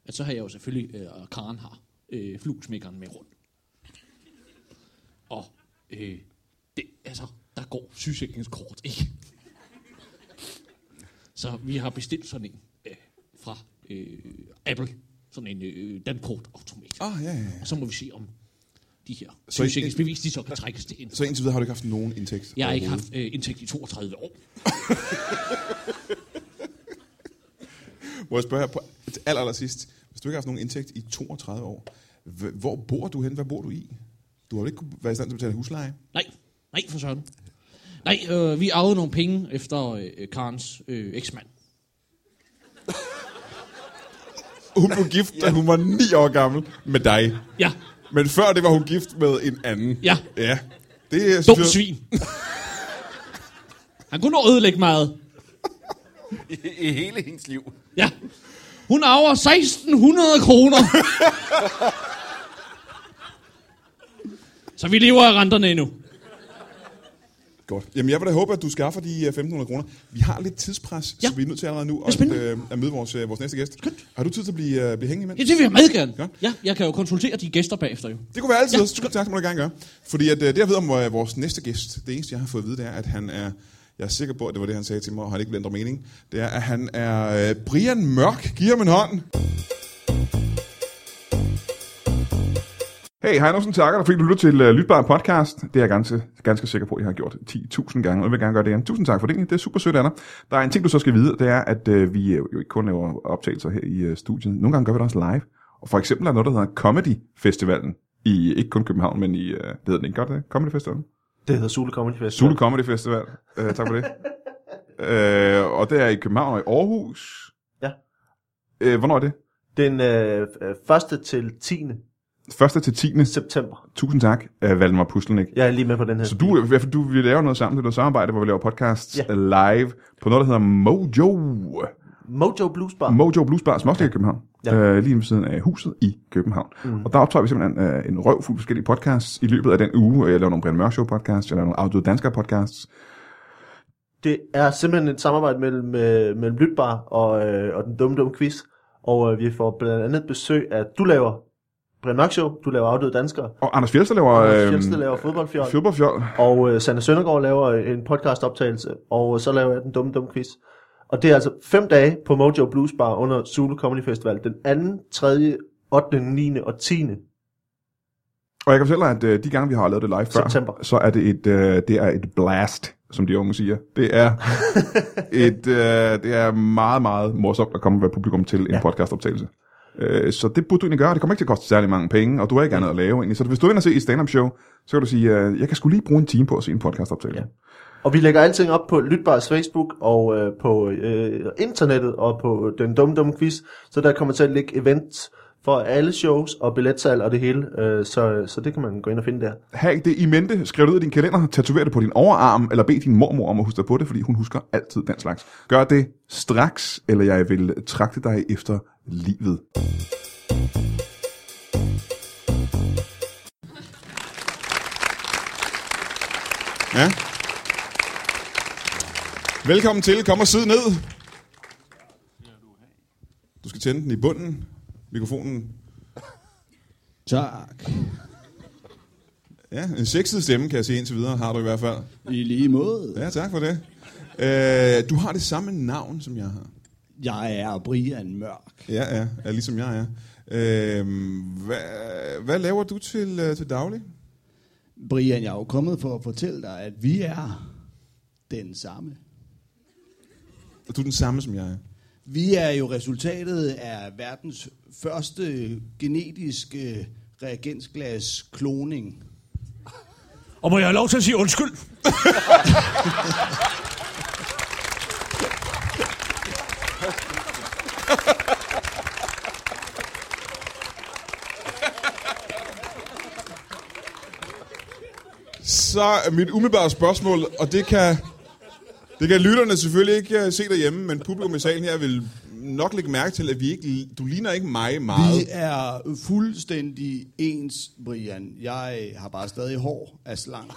C: At så har jeg jo selvfølgelig, øh, og Karen har, øh, flugsmækkeren med rundt. Og øh, det, altså, der går sygesikringskort, ikke? Så vi har bestilt sådan en øh, fra øh, Apple. Sådan en øh, dankortautomat.
A: Ah, ja, ja, ja.
C: Og så må vi se, om de de her
A: Så I-
C: sygesikringsbevis, de så kan trækkes til ind.
A: Så indtil videre har du ikke haft nogen indtægt?
C: Jeg har ikke
A: overhovedet.
C: haft øh, indtægt i 32 år.
A: Må jeg spørge her på til aller, aller sidst. Hvis du ikke har haft nogen indtægt i 32 år, h- hvor bor du hen? Hvad bor du i? Du har vel ikke kunnet være i stand til at betale husleje?
C: Nej, nej for søren. Nej, øh, vi arvede nogle penge efter øh, Karens øh, eksmand.
A: Hun blev gift, da hun var 9 år gammel med dig.
C: Ja,
A: Men før det var hun gift med en anden.
C: Ja.
A: Ja. Det er
C: dum svin. Han kunne nå at ødelægge meget.
B: I, i hele hendes liv.
C: Ja. Hun arver 1600 kroner. Så vi lever af renterne endnu.
A: Godt. Jamen, jeg vil da håbe, at du skaffer de øh, 1.500 kroner. Vi har lidt tidspres, ja.
C: Ja.
A: så vi er nødt til allerede nu
C: er
A: at,
C: spændende.
A: øh, at møde vores, øh, vores næste gæst. Har du tid til at blive, øh, blive hængende imens?
C: Ja, det vil jeg meget gerne.
A: Ja.
C: Ja. ja, jeg kan jo konsultere de gæster bagefter jo.
A: Det kunne være altid,
C: Ja.
A: ja. så tak må du gerne gøre. Fordi at, øh, det, jeg ved om øh, vores næste gæst, det eneste, jeg har fået at vide, det er, at han er, jeg er sikker på, at det var det, han sagde til mig, og han ikke vil ændre mening, det er, at han er øh, Brian Mørk. Giv ham en hånd. Hey, hej Norsen, takker dig, fordi du lytter til uh, Lytbar Podcast. Det er jeg ganske, ganske sikker på, at jeg har gjort 10.000 gange, og jeg vil gerne gøre det igen. Tusind tak for det, det er super sødt af dig. Der er en ting, du så skal vide, det er, at uh, vi øh, jo ikke kun laver optagelser her i uh, studiet. Nogle gange gør vi det også live. Og for eksempel er der noget, der hedder Comedy Festivalen. I, ikke kun København, men i, uh, det hedder den ikke godt, det? Comedy Festivalen?
D: Det hedder Sule Comedy Fest.
A: Zulu Comedy Festival. Uh, tak for det. uh, og det er i København og i Aarhus.
D: Ja.
A: Uh, hvornår er det?
D: Den øh, øh, første til 10.
A: 1. til 10.
D: september.
A: Tusind tak, uh, Valdemar Puslenik.
D: Jeg er lige med på den her.
A: Så du, i hvert fald, du, vi laver noget sammen, det er noget samarbejde, hvor vi laver podcasts ja.
D: Ja.
A: live på noget, der hedder Mojo.
D: Mojo Blues Bar.
A: Mojo Blues Bar, som også ligger i København. Ja.
D: Ja.
A: Øh, lige ved siden af huset i København. Mm. Og der optager vi simpelthen øh, en røv fuld forskellige podcasts i løbet af den uge. Jeg laver nogle Brian Mørk Show podcasts, jeg laver nogle Audio Danskere podcasts.
D: det er simpelthen et samarbejde mellem, øh, mellem Lytbar og, øh, og den dumme dumme quiz. Og øh, vi får blandt andet besøg af, du laver Brian Mørk Show, du laver Afdøde Danskere,
A: Og Anders Fjeldsted laver...
D: og
A: øh,
D: øh, Fjeldsted laver Fodboldfjold,
A: Fjolberfjold.
D: og øh, Sanne Søndergaard laver en podcastoptagelse, og øh, så laver jeg den dumme dumme quiz. Og det er altså fem dage på Mojo Blues Bar under Zulu Comedy Festival, den 2., 3., 8., 9. og 10.
A: Og jeg kan fortælle dig, at øh, de gange, vi har lavet det live før,
D: September.
A: så er det et, øh, det er et blast, som de unge siger. Det er, et, øh, det er meget, meget morsomt at komme med publikum til en ja.
D: Ja.
A: podcastoptagelse. Øh, så det burde du egentlig gøre. Det kommer ikke til at koste særlig mange penge, og du har ikke andet
D: Mm.
A: at lave egentlig. Så hvis du vil og se et stand-up show, så kan du sige, øh, jeg kan skulle lige bruge en time på at se en podcastoptagelse.
D: Ja. Og vi lægger alting op på Lytbars Facebook og øh, på øh, internettet og på den dumme dumme quiz. Så der kommer til at ligge events for alle shows og billetsal og det hele. Øh, så, så det kan man gå ind og finde der.
A: Ha' det i mente, skriv det ud i din kalender, tatover det på din overarm, eller bed din mormor om at huske dig på det, fordi hun husker altid den slags. Gør det straks, eller jeg vil trakte dig efter livet. Ja. Velkommen til. Kom og sid ned. Du skal tænde den i bunden. Mikrofonen.
E: Tak.
A: Ja, en sexet stemme, kan jeg sige indtil videre, har du i hvert fald.
E: I lige måde.
A: Ja, tak for det. Øh, du har det samme navn, som jeg har.
E: Jeg er Brian Mørk.
A: Ja, ja, er ligesom jeg er. Øh, hvad, hvad laver du til, øh, til daglig?
E: Brian, jeg er jo kommet for at fortælle dig, at vi er den samme.
A: Er du den samme, som jeg er?
E: Vi er jo resultatet af verdens første genetiske reagensglas kloning.
C: Og må jeg have lov til at sige undskyld?
A: Så er mit umiddelbare spørgsmål, og det kan, det kan lytterne selvfølgelig ikke øh, se derhjemme, men publikum i salen her vil nok lægge mærke til, at vi ikke, du ligner ikke mig meget.
E: Vi er fuldstændig ens, Brian. Jeg har bare stadig hår af slank.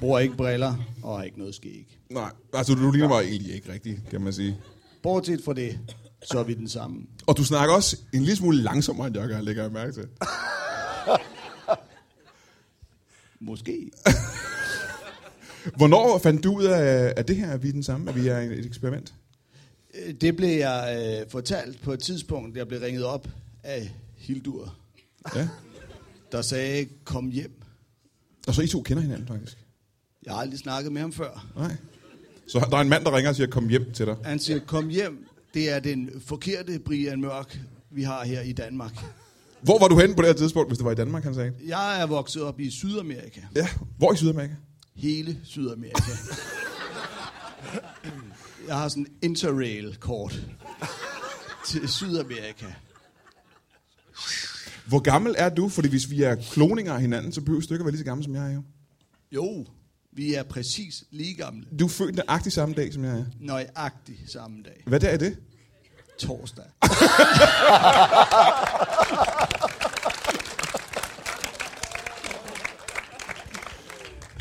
E: Bruger ikke briller og har ikke noget skæg.
A: Nej, altså du ligner mig egentlig ikke rigtigt, kan man sige.
E: Bortset fra det, så er vi den samme.
A: Og du snakker også en lille smule langsommere, end jeg gør, lægger jeg mærke til.
E: Måske.
A: Hvornår fandt du ud af, af det her, at vi er den samme, at vi er et eksperiment?
E: Øh, Det blev jeg øh, fortalt på et tidspunkt, jeg blev ringet op af Hildur,
A: Ja.
E: der sagde, kom hjem.
F: Og så I to kender hinanden, faktisk.
E: Jeg har aldrig snakket med ham før.
F: Nej. Så der er en mand, der ringer og siger, kom hjem til dig.
E: Han siger, kom hjem. Det er den forkerte Brian Mørk, vi har her i Danmark.
F: Hvor var du henne på det her tidspunkt, hvis det var i Danmark, han sagde?
E: Jeg er vokset op i Sydamerika.
F: Ja. Hvor i Sydamerika?
E: Hele Sydamerika. Jeg har sådan en interrail-kort til Sydamerika.
F: Hvor gammel er du? Fordi hvis vi er kloninger af hinanden, så behøver stykker være lige så gammel, som jeg er jo.
E: Jo, vi er præcis lige gamle.
F: Du er født nøjagtig samme dag, som jeg er.
E: Nøjagtig samme dag.
F: Hvad der er det?
E: Torsdag.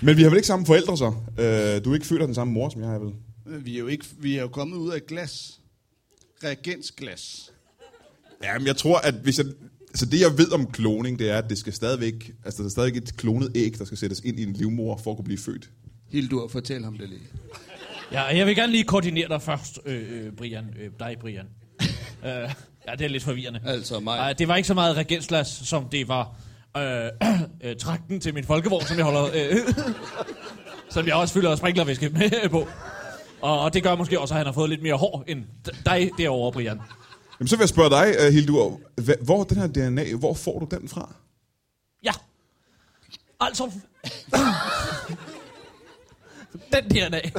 F: Men vi har vel ikke samme forældre så? Øh, du er ikke født af den samme mor, som jeg er vel?
E: Vi er jo, ikke, vi er jo kommet ud af et glas. Reagensglas.
F: Jamen, jeg tror, at hvis jeg... Altså det, jeg ved om kloning, det er, at det skal stadigvæk, altså, der er stadigvæk et klonet æg, der skal sættes ind i en livmor for at kunne blive født.
E: Hildur, fortæl ham det lige.
C: Ja, jeg vil gerne lige koordinere dig først, øh, øh, Brian. Øh, dig, Brian. øh, ja, det er lidt forvirrende.
E: Altså mig.
C: Nej, det var ikke så meget regenslas, som det var øh, øh, trakten til min folkevogn, som jeg holder... Øh, som jeg også fylder og sprinklervæske med øh, på. Og, og det gør måske også, at han har fået lidt mere hår end d- dig derovre, Brian.
F: Jamen, så vil jeg spørge dig, uh, Hildur, hva- hvor er den her DNA, hvor får du den fra?
C: Ja. Altså... Den der dag.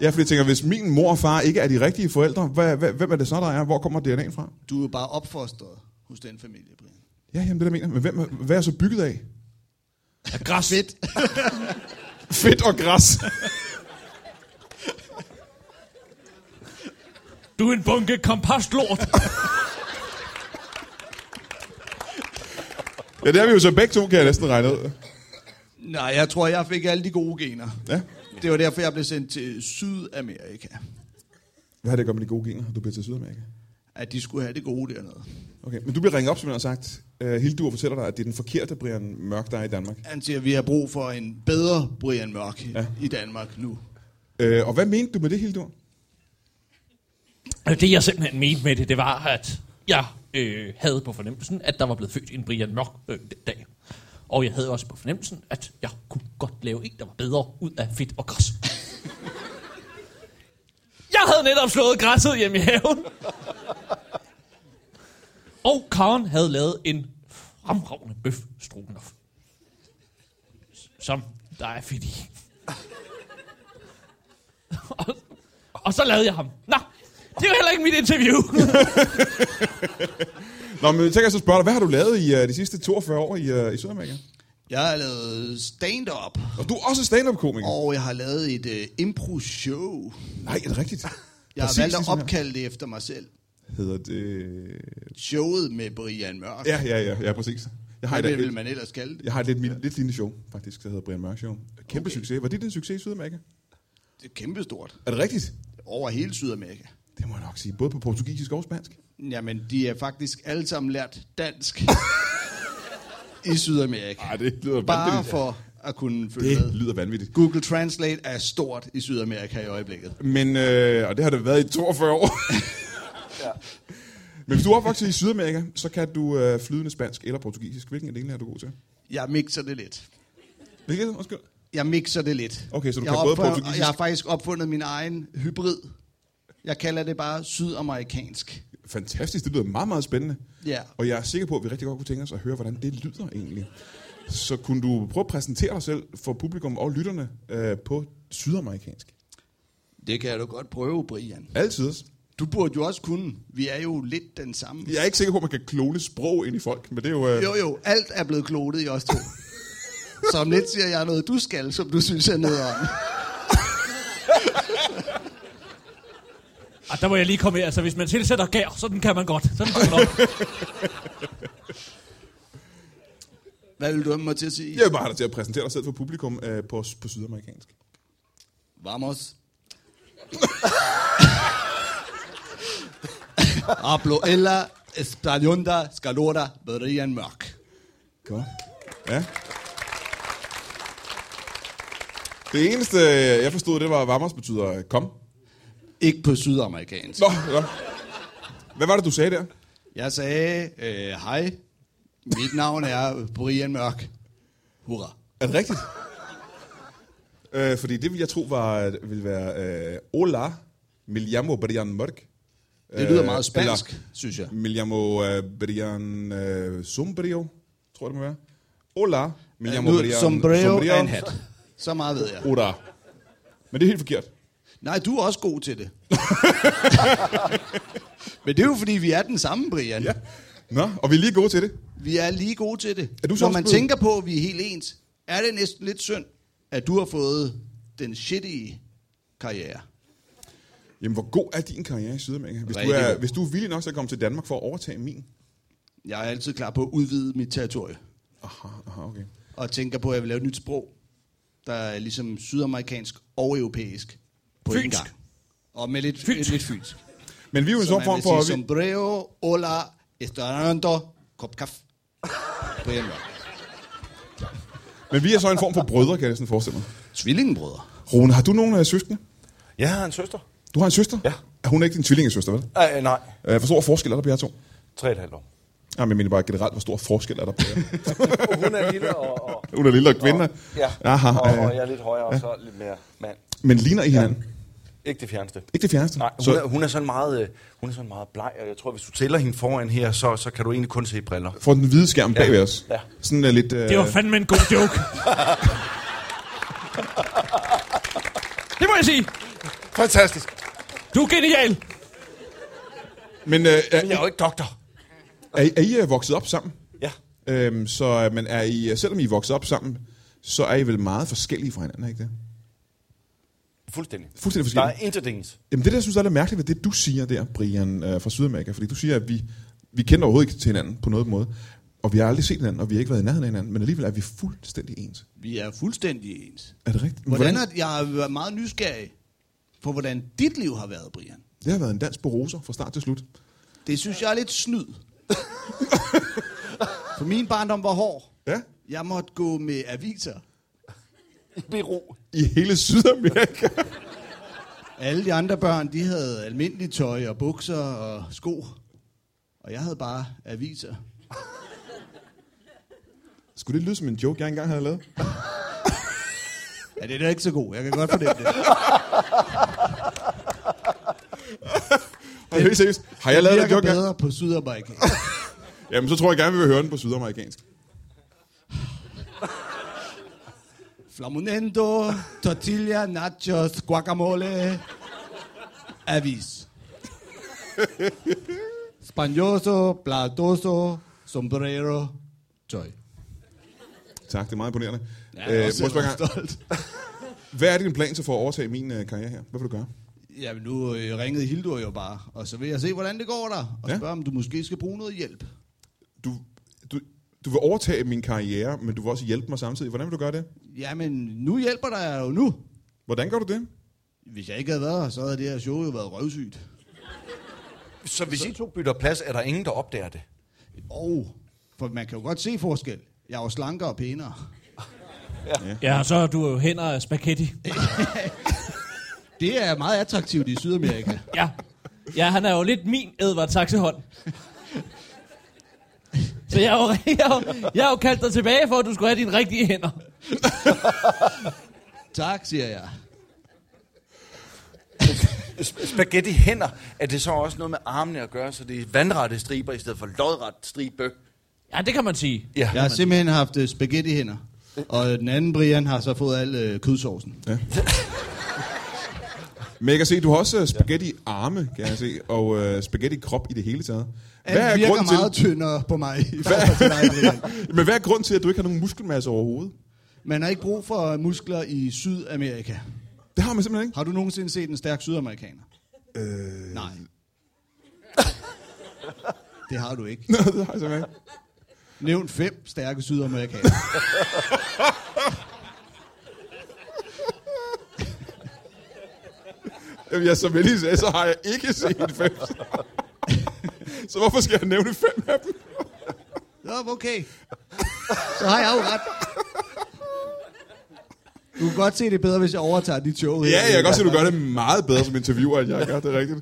F: Ja, fordi jeg tænker, hvis min mor og far ikke er de rigtige forældre, hvad, hvad, hvem er det så, der er? Hvor kommer DNA'en fra?
E: Du er jo bare opfostret hos den familie, Brian.
F: Ja, jamen det der mener. jeg. Men hvem, er- hvad er så bygget af?
C: Af Græs.
E: Fedt.
F: Fedt og græs.
C: Du er en bunke kompostlort.
F: ja, det er vi jo så begge to, kan jeg næsten regne ud.
E: Nej, jeg tror, jeg fik alle de gode gener.
F: Ja.
E: Det var derfor, jeg blev sendt til Sydamerika.
F: Hvad har det at gøre med de gode gener, at du bliver til Sydamerika?
E: At de skulle have det gode dernede.
F: Okay, men du bliver ringet op, som jeg har sagt. Uh, Hildur fortæller dig, at det er den forkerte Brian Mørk, der er i Danmark.
E: Han siger, at vi har brug for en bedre Brian Mørk ja. i Danmark nu.
F: Uh, og hvad mente du med det, Hildur?
C: Øh, Det jeg simpelthen mente med det, det var, at jeg øh, havde på fornemmelsen, at der var blevet født en Brian Mørk øh, den dag. Og jeg havde også på fornemmelsen, at jeg kunne godt lave en, der var bedre ud af fedt og græs. jeg havde netop slået græsset hjemme i haven. Og Karen havde lavet en fremragende bøf stroganoff. Som der er fedt i. og, og så lavede jeg ham. Nå, det var heller ikke mit interview.
F: Nå, men jeg tænker så spørge dig, hvad har du lavet i uh, de sidste 42 år i, uh, i Sydamerika?
E: Jeg har lavet stand-up,
F: Og du er også stand-up-komiker. Oh.
E: og jeg har lavet et uh, impro-show.
F: Nej, er det rigtigt?
E: Jeg har
F: Præcis
E: valgt at
F: ligesom her.
E: opkalde det efter mig selv.
F: Hedder det...
E: Showet med Brian Mørk.
F: Ja, ja, ja, ja, præcis. Jeg har,
E: Hvad
F: et,
E: vil- vil
F: et,
E: man ellers kalde det?
F: jeg har et lidt, lidt lignende show, faktisk, der hedder Brian Mørk Show. Kæmpe okay. succes. Var det din succes i Sydamerika?
E: Det er kæmpestort.
F: Er det rigtigt?
E: Over hele Sydamerika.
F: Det må jeg nok sige. Både på portugisisk og spansk.
E: Jamen, de er faktisk alle sammen lært dansk i Sydamerika.
F: Nej, det lyder
E: Bare for at kunne følge
F: Det
E: med.
F: lyder vanvittigt.
E: Google Translate er stort i Sydamerika i øjeblikket.
F: Men, øh, og det har det været i 42 år. Men hvis du er opvokset i Sydamerika, så kan du øh, flydende spansk eller portugisisk. Hvilken af delene er du god til?
E: Jeg mixer det lidt.
F: Hvilken? Undskyld.
E: Jeg mixer det lidt.
F: Okay, så du
E: jeg
F: kan
E: har
F: både
E: opfundet-
F: portugisisk-
E: Jeg har faktisk opfundet min egen hybrid. Jeg kalder det bare sydamerikansk.
F: Fantastisk, det lyder meget, meget spændende.
E: Ja.
F: Og jeg er sikker på, at vi rigtig godt kunne tænke os at høre, hvordan det lyder egentlig. Så kunne du prøve at præsentere dig selv for publikum og lytterne øh, på sydamerikansk?
E: Det kan du godt prøve, Brian.
F: Altid.
E: Du burde jo også kunne. Vi er jo lidt den samme.
F: Jeg er ikke sikker på, at man kan klone sprog ind i folk, men det er jo... Øh,
E: Jo, jo, alt er blevet klotet i os to. Så om lidt siger jeg noget, du skal, som du synes er noget om.
C: Ah, der må jeg lige komme her. Altså, hvis man tilsætter gær, så den kan man godt. Sådan kan man nok.
E: Hvad vil du have mig til at sige?
F: Jeg vil bare have dig til at præsentere dig selv for publikum øh, på, på sydamerikansk.
E: Vamos. Hablo ella española scalora Brian Mørk.
F: Godt. Ja. Det eneste, jeg forstod, det var, at Vammers betyder øh, kom.
E: Ikke på sydamerikansk.
F: Nå, ja. Hvad var det, du sagde der?
E: Jeg sagde, øh, hej, Mit navn er Brian Mørk. Hurra.
F: Er det rigtigt? øh, fordi det, vil jeg tro, var, ville være... Øh, Hola, me llamo Brian Mørk.
E: Det lyder
F: Øh,
E: meget spansk,
F: eller-
E: synes jeg.
F: Me llamo øh, Brian øh, Sombrio, tror jeg, det må være. Hola, me llamo
E: Nu,
F: Brian
E: sombrero er en hat. Så meget ved jeg.
F: Hola. Men det er helt forkert.
E: Nej, du er også god til det. Men det er jo, fordi vi er den samme, Brian.
F: Ja. Nå, og vi er lige gode til det.
E: Vi er lige gode til det.
F: Er du så
E: Når
F: også
E: man
F: blevet-
E: tænker på, at vi er helt ens, er det næsten lidt synd, at du har fået den shitty karriere.
F: Jamen, hvor god er din karriere i Sydamerika? Hvis du,
E: Rigtig
F: er,
E: god.
F: hvis du er villig nok til at komme til Danmark for at overtage min.
E: Jeg er altid klar på at udvide mit territorie,
F: Aha, aha, okay.
E: og tænker på, at jeg vil lave et nyt sprog, der er ligesom sydamerikansk og europæisk på én
C: Fynsk.
E: gang. Og med lidt
C: Fynsk.
E: fynsk. Lidt fynsk.
F: Men vi er jo en
E: Så
F: sådan
E: man
F: form
E: vil
F: for...
E: sige,
F: Som...
E: sombrero, hola, estarando, cop kaf. Brian Mørk.
F: Men vi er så en form for brødre, kan jeg næsten forestille mig.
E: Tvillingebrødre.
F: Rune, har du nogen øh, søskende?
B: Jeg har en søster.
F: Du har en søster?
B: Ja.
F: Er hun ikke din tvillingesøster, vel?
B: Ej, nej.
F: Øh, hvor stor forskel er der på jer to?
B: Tre og et halvt år.
F: Jamen, jeg mener bare generelt, hvor stor forskel er der på jer?
B: Hun er lille og... og
F: hun er lille og kvinde.
B: ja,
F: Aha,
B: og, og,
F: øh,
B: jeg er lidt højere, og så lidt mere mand.
F: Men ligner I hinanden?
B: Ikke det fjerneste.
F: Ikke det fjerneste?
B: Nej, hun,
F: så,
B: så... er, hun, er sådan meget, øh, hun er sådan meget bleg, og jeg tror, hvis du tæller hende foran her, så, så kan du egentlig kun se briller.
F: Får den hvide skærm bag
B: Ja.
F: ved os.
B: Ja.
F: Sådan uh, lidt... Uh,
C: Det var fandme en god joke. det må jeg sige.
B: Fantastisk.
C: Du er genial.
F: men uh, er,
B: Men jeg er jo ikke doktor.
F: er, I- er I uh, vokset op sammen?
B: Ja.
F: Øhm, så, øh, men er I, øh, selvom I er vokset op sammen, så er I vel meget forskellige fra hinanden, er ikke det?
B: Fuldstændig.
F: Fuldstændig
B: Der
F: forskellige.
B: er interdings.
F: Jamen det, der jeg synes er lidt mærkeligt ved det, du siger der, Brian, øh, fra Sydamerika, fordi du siger, at vi, vi kender overhovedet ikke til hinanden på noget måde, og vi har aldrig set hinanden, og vi har ikke været i nærheden af hinanden, men alligevel er vi fuldstændig ens.
E: Vi er fuldstændig ens.
F: Er det rigtigt? Men
E: Hvordan er, jeg har været meget nysgerrig på, hvordan dit liv har været, Brian.
F: Det har været en dans på roser fra start til slut.
E: Det synes jeg er lidt snyd. For min barndom var hård.
F: Ja,
E: Jeg måtte gå med aviser.
B: Bero.
F: i hele Sydamerika.
E: Alle de andre børn, de havde almindeligt tøj og bukser og sko. Og jeg havde bare aviser.
F: Skulle det lyde som en joke, jeg engang havde lavet?
E: Ja, det er da ikke så god. Jeg kan godt fornemme det.
F: Ej, helt seriøst. Har jeg lavet
E: Det
F: den joke?
E: virker
F: engang?
E: bedre på Sydamerika.
F: Jamen, så tror jeg gerne, vi vil høre den på sydamerikansk.
E: Flaminendo, tortilla, nachos, guacamole, avis. Spanioso, platoso, sombrero, joy.
F: Tak, det er meget imponerende.
E: Ja, jeg er også
F: prøv at Øh, spørge en gang.
E: stolt.
F: Hvad er din plan så for at overtage min øh, karriere her? Hvad vil du gøre?
E: Jamen, nu øh, ringede Hildur jo bare, og så vil jeg se, hvordan det går der, og
F: Ja.
E: ja. spørge, om du måske skal bruge noget hjælp.
F: Du, du, du vil overtage min karriere, men du vil også hjælpe mig samtidig. Hvordan vil du gøre det?
E: Jamen, nu hjælper der jeg jo nu.
F: Hvordan gør du det?
E: Hvis jeg ikke havde været her, så havde det her show jo været røvsygt.
B: Så hvis I to bytter plads, er der ingen, der opdager det.
E: Og, for man kan jo godt se forskel. Jeg er jo slankere og pænere.
C: Ja, og så er du jo hænder af spaghetti.
E: Det er meget attraktivt i Sydamerika.
C: Ja. Ja, han er jo lidt min Edvard Saxehånd. Så jeg har, jo, jeg, har, jo- jeg har jo kaldt dig tilbage for, at du skulle have dine rigtige hænder.
E: tak, siger jeg.
B: Sp- Spaghetti hænder, er det så også noget med armene at gøre, så det er vandrette striber i stedet for lodret stribe?
C: Ja, det kan man sige.
B: Ja.
E: Jeg har simpelthen haft øh, spaghetti-hænder. Og øh, den anden Brian har så fået al øh, kødsovsen.
F: Men jeg kan se, du har også øh, spaghetti-arme, kan jeg se, og øh, spaghetti-krop i det hele taget. Hvad
E: Alt
F: er, grunden
E: virker meget
F: til,
E: til... tyndere på mig i forhold til dig, Brian.
F: men hvad er grunden til, at du ikke har nogen muskelmasse overhovedet?
E: Man har ikke brug for øh, muskler i Sydamerika.
F: Det har man simpelthen ikke.
E: Har du nogensinde set en stærk sydamerikaner? Øh... Nej. Det har du ikke.
F: Nå, det har jeg simpelthen ikke.
E: Nævn fem stærke sydamerikanere.
F: Jamen, jeg, som jeg lige sagde, så har jeg ikke set fem. så hvorfor skal jeg nævne fem af dem?
E: Nå, okay. Så har jeg jo ret. Du kan godt se det er bedre, hvis jeg overtager dit show.
F: Ja, jeg kan godt se, at du gør det meget bedre som interviewer, end jeg gør, det er rigtigt.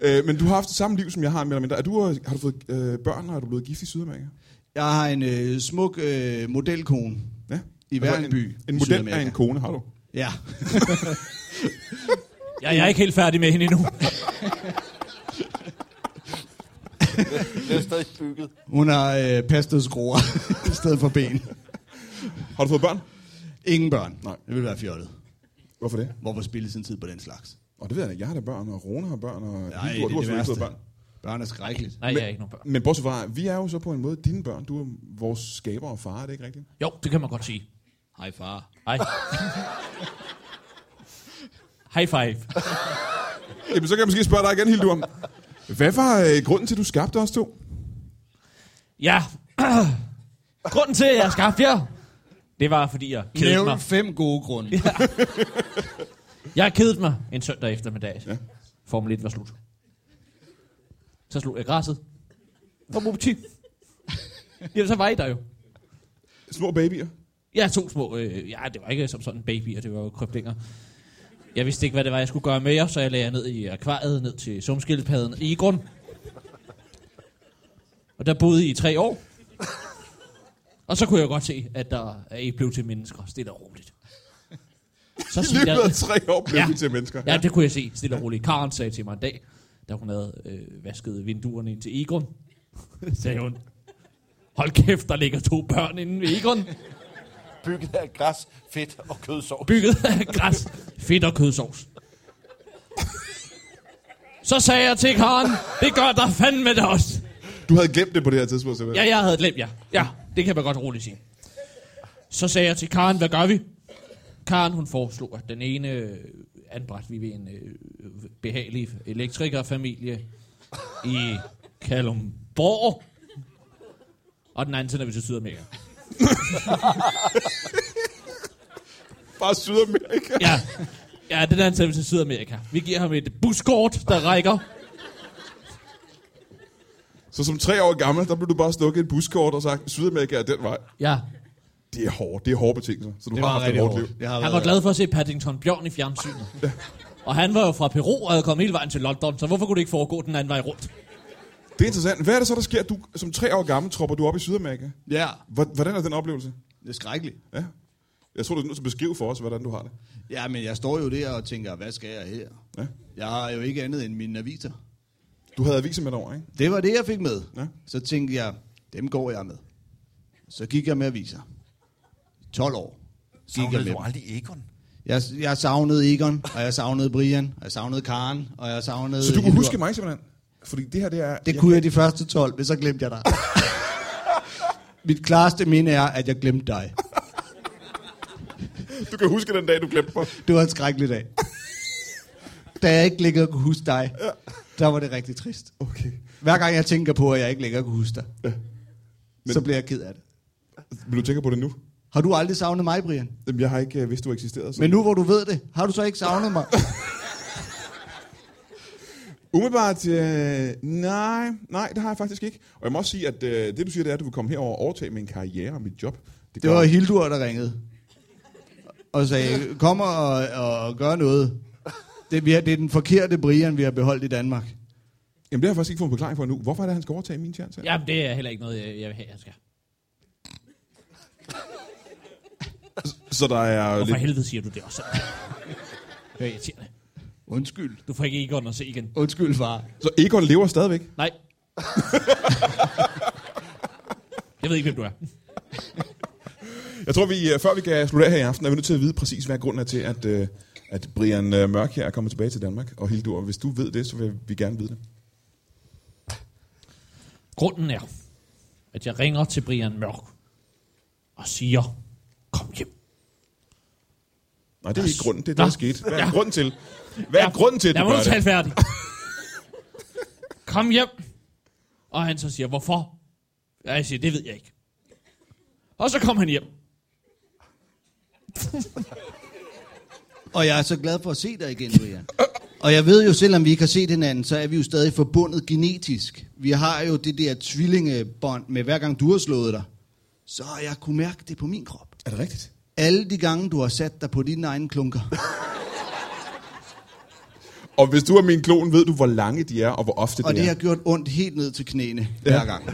F: Øh, men du har haft det samme liv, som jeg har, mere eller mindre. Er du, øh, har du fået øh, børn, og er du blevet gift i Sydamerika?
E: Jeg har en øh, smuk øh, modelkone
F: Ja. Altså,
E: i hver en by.
F: En
E: i
F: model af
E: Sydamerika.
F: en kone har du.
E: Ja.
C: Jeg, jeg er ikke helt færdig med hende endnu.
B: Det er stadig bygget.
E: Hun har øh, pastet skruer i stedet for ben.
F: Har du fået børn?
E: Ingen børn.
F: Nej.
E: Det vil være fjollet.
F: Hvorfor det?
E: Hvorfor spille sin tid på den slags?
F: Og det ved jeg ikke. Jeg har da børn, og Rune har børn, og Nej,
E: Nej,
F: du, du, du har
E: det er det
F: selvfølgelig fået
E: værste.
F: børn.
E: Børn er skrækkeligt.
C: Nej, jeg er ikke nogen børn.
F: Men bortset fra, vi er jo så på en måde dine børn. Du er vores skaber og far, er det ikke rigtigt?
C: Jo, det kan man godt sige.
G: Hej far.
C: Hej. High five.
F: Jamen, så kan jeg måske spørge dig igen, Hildur. om, Hvad var øh, grunden til, at du skabte os to?
C: Ja. Grunden til, at jeg skabte jer, det var, fordi jeg kedede mig.
E: Nævn fem gode grunde. Ja.
C: Jeg kedede mig en søndag eftermiddag. Ja. Formel 1 var slut. Så slog jeg græsset. Og på butik. Jamen, så var I der jo.
F: Små babyer.
C: Ja, to små... Øh, ja, det var ikke som sådan babyer, det var jo krybdinger. Jeg vidste ikke, hvad det var, jeg skulle gøre med jer, så jeg lagde jer ned i akvariet, ned til sumskildpadden i grund. Og der boede I i tre år. Og så kunne jeg godt se, at der at I blev til mennesker, stille og roligt. Så
F: I løbet af
C: jeg,
F: tre år blev
C: Ja.
F: vi til mennesker.
C: ja, det kunne jeg se, stille og roligt. Karen sagde til mig en dag, da hun havde øh, vasket vinduerne ind til Egon, sagde hun, hold kæft, der ligger to børn inde ved Egon.
B: Bygget af græs, fedt og kødsovs.
C: bygget af græs, fedt og kødsovs. Så sagde jeg til Karen, det gør der fandme det også.
F: Du havde glemt det på det her tidspunkt,
C: Ja,
F: simpelthen.
C: jeg havde glemt jer. Ja, det kan man godt roligt sige. Så sagde jeg til Karen, hvad gør vi? Karen, hun foreslog, at den ene øh, anbragte vi ved en øh, behagelig elektrikerfamilie i Kalumborg. Og den anden sender vi til Sydamerika.
F: Bare Sydamerika.
C: Ja, ja den anden sender vi til Sydamerika. Vi giver ham et buskort, der rækker
F: Så som tre år gammel, der blev du bare stukket i et buskort og sagt, Sydamerika er den vej.
C: Ja,
F: Det er hårdt. Det er hårde betingelser. Så du
E: Det
F: har
E: var
F: haft et
E: rigtig
F: hårdt
E: hårdt.
F: liv.
E: Jeg har
C: han var
E: været-
C: glad for at se Paddington Bjørn i fjernsynet. Og han var jo fra Peru og havde kommet hele vejen til London, så hvorfor kunne det ikke foregå den anden vej rundt?
F: Det er interessant. Hvad er det så, der sker? Du, som tre år gammel tropper du op i Sydamerika.
E: Ja,
F: Hvor- Hvordan er den oplevelse?
E: det er skrækkeligt.
F: Ja. Jeg tror, du er nødt til at beskrive for os, hvordan du har det.
E: Ja, men jeg står jo der og tænker, hvad skal jeg her?
F: Ja.
E: Jeg har jo ikke andet end mine aviser.
F: Du havde aviser med dig over, ikke?
E: Det var det, jeg fik med.
F: Ja.
E: Så tænkte jeg, dem går jeg med. Så gik jeg med aviser. 12 år gik jeg med.
B: Savnede
E: dem.
B: du aldrig Egon?
E: Jeg, jeg savnede Egon, og jeg savnede Brian, og jeg savnede Karen, og jeg savnede...
F: Så du kunne
E: Hildur.
F: huske mig simpelthen? Fordi det her, det er...
E: Øh, Det kunne jeg de første 12, men så glemte jeg dig. Mit klareste minde er, at jeg glemte dig.
F: Du kan huske den dag, du glemte mig.
E: Det var en skrækkelig dag. Da jeg ikke længere kunne huske dig, der var det rigtig trist.
F: Okay.
E: Hver gang jeg tænker på, at jeg ikke længere kunne huske dig,
F: Men-
E: så bliver jeg ked af det.
F: Men du tænker på det nu?
E: Har du aldrig savnet mig, Brian?
F: Jamen, jeg har ikke øh, vidst, du eksisterede. Så.
E: Men nu hvor du ved det, har du så ikke savnet mig?
F: Umiddelbart, øh, nej, nej, det har jeg faktisk ikke. Og jeg må også sige, at øh, det du siger, det er, at du vil komme herover og overtage min karriere og mit job.
E: Det var Hildur, der ringede. Og sagde, kom og, og gør noget. Det, vi har, det er den forkerte Brian, vi har beholdt i Danmark.
F: Jamen, det har jeg faktisk ikke fået en forklaring på endnu. Hvorfor er det, han skal overtage min chance? Ja.
C: Jamen, det er heller ikke noget, jeg, jeg, jeg skal.
F: Så der er
C: Hvorfor
F: lidt...
C: helvede siger du det også? Det er irriterende.
E: Undskyld.
C: Du får ikke Egon at se igen.
E: Undskyld, far.
F: Så Egon lever stadigvæk.
C: Nej. jeg ved ikke, hvem du er.
F: Jeg tror, vi, øh, før vi kan slutte af her i aften, er vi nødt til at vide præcis, hvad grunden er til, at, øh, at Brian øh, Mørk her er kommet tilbage til Danmark. Og Hildur, hvis du ved det, så vil vi gerne vide det.
C: Grunden er, at jeg ringer til Brian Mørk og siger, kom hjem.
F: Nej, det er ikke grunden. Det er det,
C: Nå.
F: der skete. Hvad er grunden til? Hvad er grunden til, at
C: Lad
F: du
C: mig nu
F: gør
C: tale
F: det?
C: færdig. Kom hjem. Og han så siger, hvorfor? Ja, jeg siger, det ved jeg ikke. Og så kom han hjem.
E: Og jeg er så glad for at se dig igen, Brian. Og jeg ved jo, selvom vi ikke har set hinanden, så er vi jo stadig forbundet genetisk. Vi har jo det der tvillingebånd med hver gang du har slået dig. Så har jeg kunne mærke det på min krop.
F: Er det rigtigt?
E: Alle de gange, du har sat dig på dine egne klunker.
F: Og hvis du er min klon, ved du, hvor lange de er, og hvor ofte
E: Og
F: det
E: det
F: er.
E: har gjort ondt helt ned til knæene hver gang.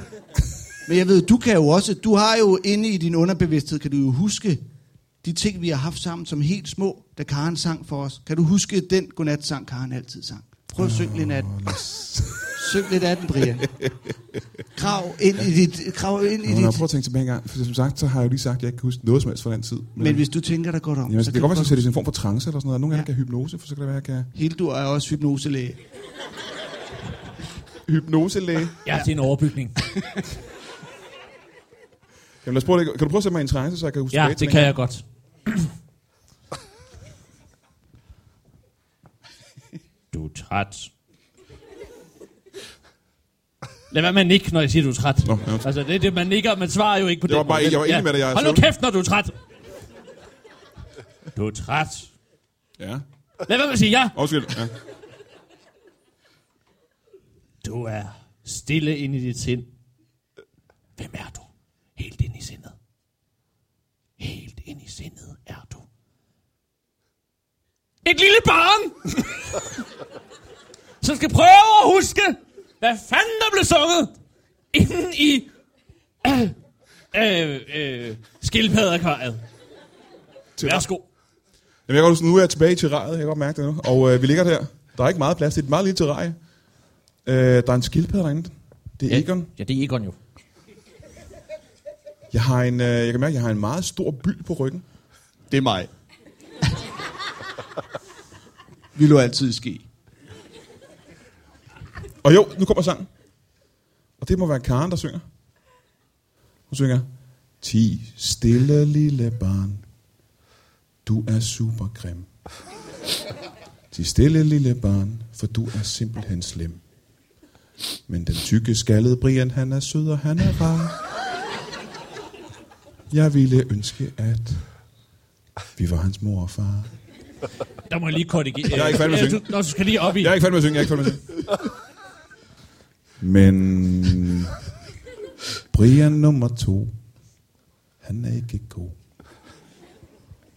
E: Men jeg ved, du kan jo også, du har jo inde i din underbevidsthed, kan du jo huske de ting, vi har haft sammen som helt små, da Karen sang for os. Kan du huske den godnatsang, Karen altid sang? Prøv at synge lidt af den. Syng lidt af den, Brian. Krav ind i dit... Krav ind i
F: Nå, nå,
E: dit...
F: prøv at tænke tilbage en gang, for som sagt, så har jeg jo lige sagt, at jeg ikke kan huske noget som helst fra den tid.
E: Men hvis du tænker dig godt om,
F: Jamen,
E: så
F: altså, det kan godt være, at jeg
E: du
F: sætter i en form for trance eller sådan noget. Nogle gange kan hypnose, for så kan det være, at jeg kan...
E: Hildur er også hypnoselæge.
F: Hypnoselæge.
C: Ja, det er en overbygning.
F: Jamen lad os prøve det. Kan du prøve at sætte mig i en trance, så jeg kan huske
C: Ja,
F: tilbage til
C: det
F: den
C: kan jeg godt. Du er træt. Lad være med at nikke, når jeg siger, du er træt.
F: Nå, ja, undskyld.
C: altså, det er det, man nikker, man svarer jo ikke på
F: Jeg
C: den
F: var bare-
C: måde.
F: jeg var enig med dig, jeg er
C: Hold nu
F: søvnig.
C: kæft, når du er træt. Du er træt.
F: gang. Ja.
C: Lad være med at sige ja.
F: Undskyld. Ja.
C: Du er stille inde i dit sind. Hvem er du? Helt ind i sindet. Helt ind i sindet er du. Et lille barn! som skal prøve at huske, hvad fanden der blev sunget inden i øh, øh, øh, skildpadderkøjet. Værsgo.
F: Jamen, jeg kan godt huske, nu er jeg tilbage i terrariet, jeg kan godt mærke det nu. Og øh, vi ligger der. Der er ikke meget plads, det er et meget lille terrarie. Øh, der er en skildpadde derinde. Det er Egon.
C: Ja, det er Egon jo.
F: Jeg, har en, øh, jeg kan mærke, at jeg har en meget stor byld på ryggen.
E: Det er mig. Vil du altid ske.
F: Og jo, nu kommer sangen. Og det må være Karen, der synger. Hun synger. Ti stille lille barn, du er super grim. Ti stille lille barn, for du er simpelthen slem. Men den tykke skaldede Brian, han er sød og han er rar. Jeg ville ønske, at vi var hans mor og far.
C: Der må jeg lige korrigere.
F: er ikke færdig med at
C: du, Nå, du skal lige op i.
F: Jeg er ikke fandme med at synge, jeg er ikke fandme med at synge. Men Brian nummer to, han er ikke god.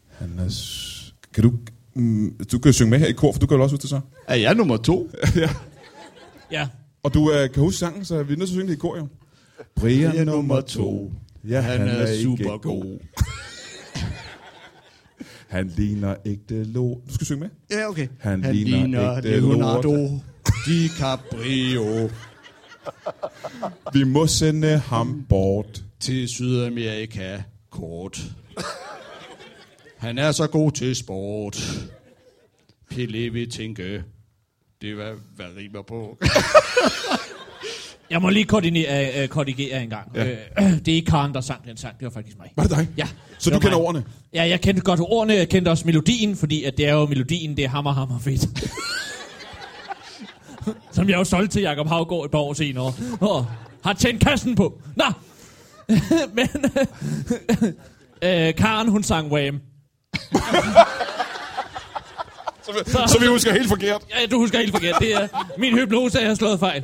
F: Han er... s- Kan du... Mm, du kan jo synge med her i kor, for du kan jo også ud til så.
E: Er jeg nummer to?
C: Ja.
F: Og du øh, kan huske sangen, så vi er nødt til at synge det i kor, jo. Brian,
E: Brian nummer
F: nummer
E: to.
F: to, ja, han,
E: Han
F: er,
E: er
F: ikke
E: super
F: god. han ligner ægte lort. Du skal synge med.
E: Ja, okay.
F: Han ligner ægte lort.
E: DiCaprio
F: Vi må sende ham bort.
E: til Sydamerika kort. Han er så god til sport. Pille vil tænke. Det er, hvad, hvad rimer på.
C: Jeg må lige koordinere, øh, korrigere en gang. Ja. Øh, det er ikke Karen, der sang den sang, det var faktisk mig.
F: Var det dig?
C: Ja.
F: Så
C: det
F: du
C: var
F: kender
C: mig.
F: ordene?
C: Ja, jeg kendte godt ordene, jeg kendte også melodien, fordi at det er jo melodien, det er hammer, hammer fedt. Som jeg jo solgte til Jacob Havgård et par år senere, og har tjent kassen på. Nå, men øh, Karen, hun sang Wham.
H: Så, så vi husker helt forkert.
C: Ja, du husker helt forkert. Det er min hypnose, jeg har slået fejl.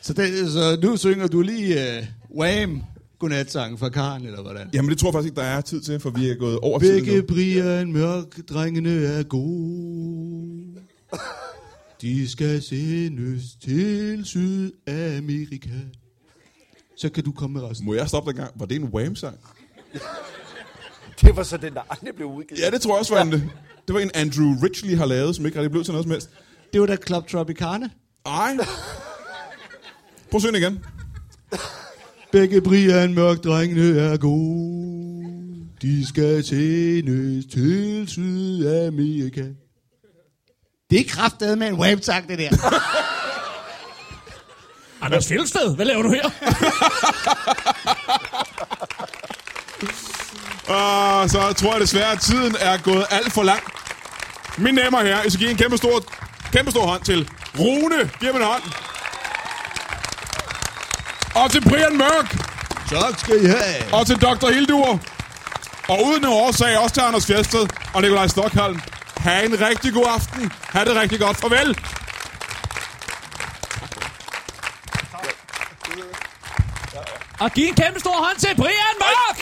E: så, det, så nu synger du lige uh, Wham! Godnatsang fra Karen, eller hvordan?
F: Jamen det tror jeg faktisk ikke, der er tid til, for vi er gået over tiden
E: Begge
F: nu.
E: Brian Mørk, drengene er gode. De skal sendes til Sydamerika. Så kan du komme med resten.
F: Må jeg stoppe dig en gang? Var det en Wham-sang?
B: Det var så den, der aldrig blev udgivet.
F: Ja, det tror jeg også var en... Det var en Andrew Ridgely har lavet, som ikke rigtig blev til noget som helst.
E: Det var da Club Tropicana.
F: Ej. Prøv at synge igen.
E: Begge Brian Mørk, drengene er gode. De skal sendes til Sydamerika. Det er kraftedet med en wham-sang, det der.
C: Anders Fjeldsted, hvad laver du her?
H: Og
F: Ah,
H: så tror jeg desværre, at tiden er gået alt for langt. Mine damer og herrer, I skal give en kæmpe stor, kæmpe stor hånd til Rune. Giv ham en hånd. Og til Brian Mørk.
E: tak skal I have.
H: Og til Dr. Hildur. Og uden nogen årsag også til Anders Fjersted og Nikolaj Stockholm. Ha' en rigtig god aften. Ha' det rigtig godt. Farvel.
C: Og giv en kæmpe stor hånd til Brian Mørk!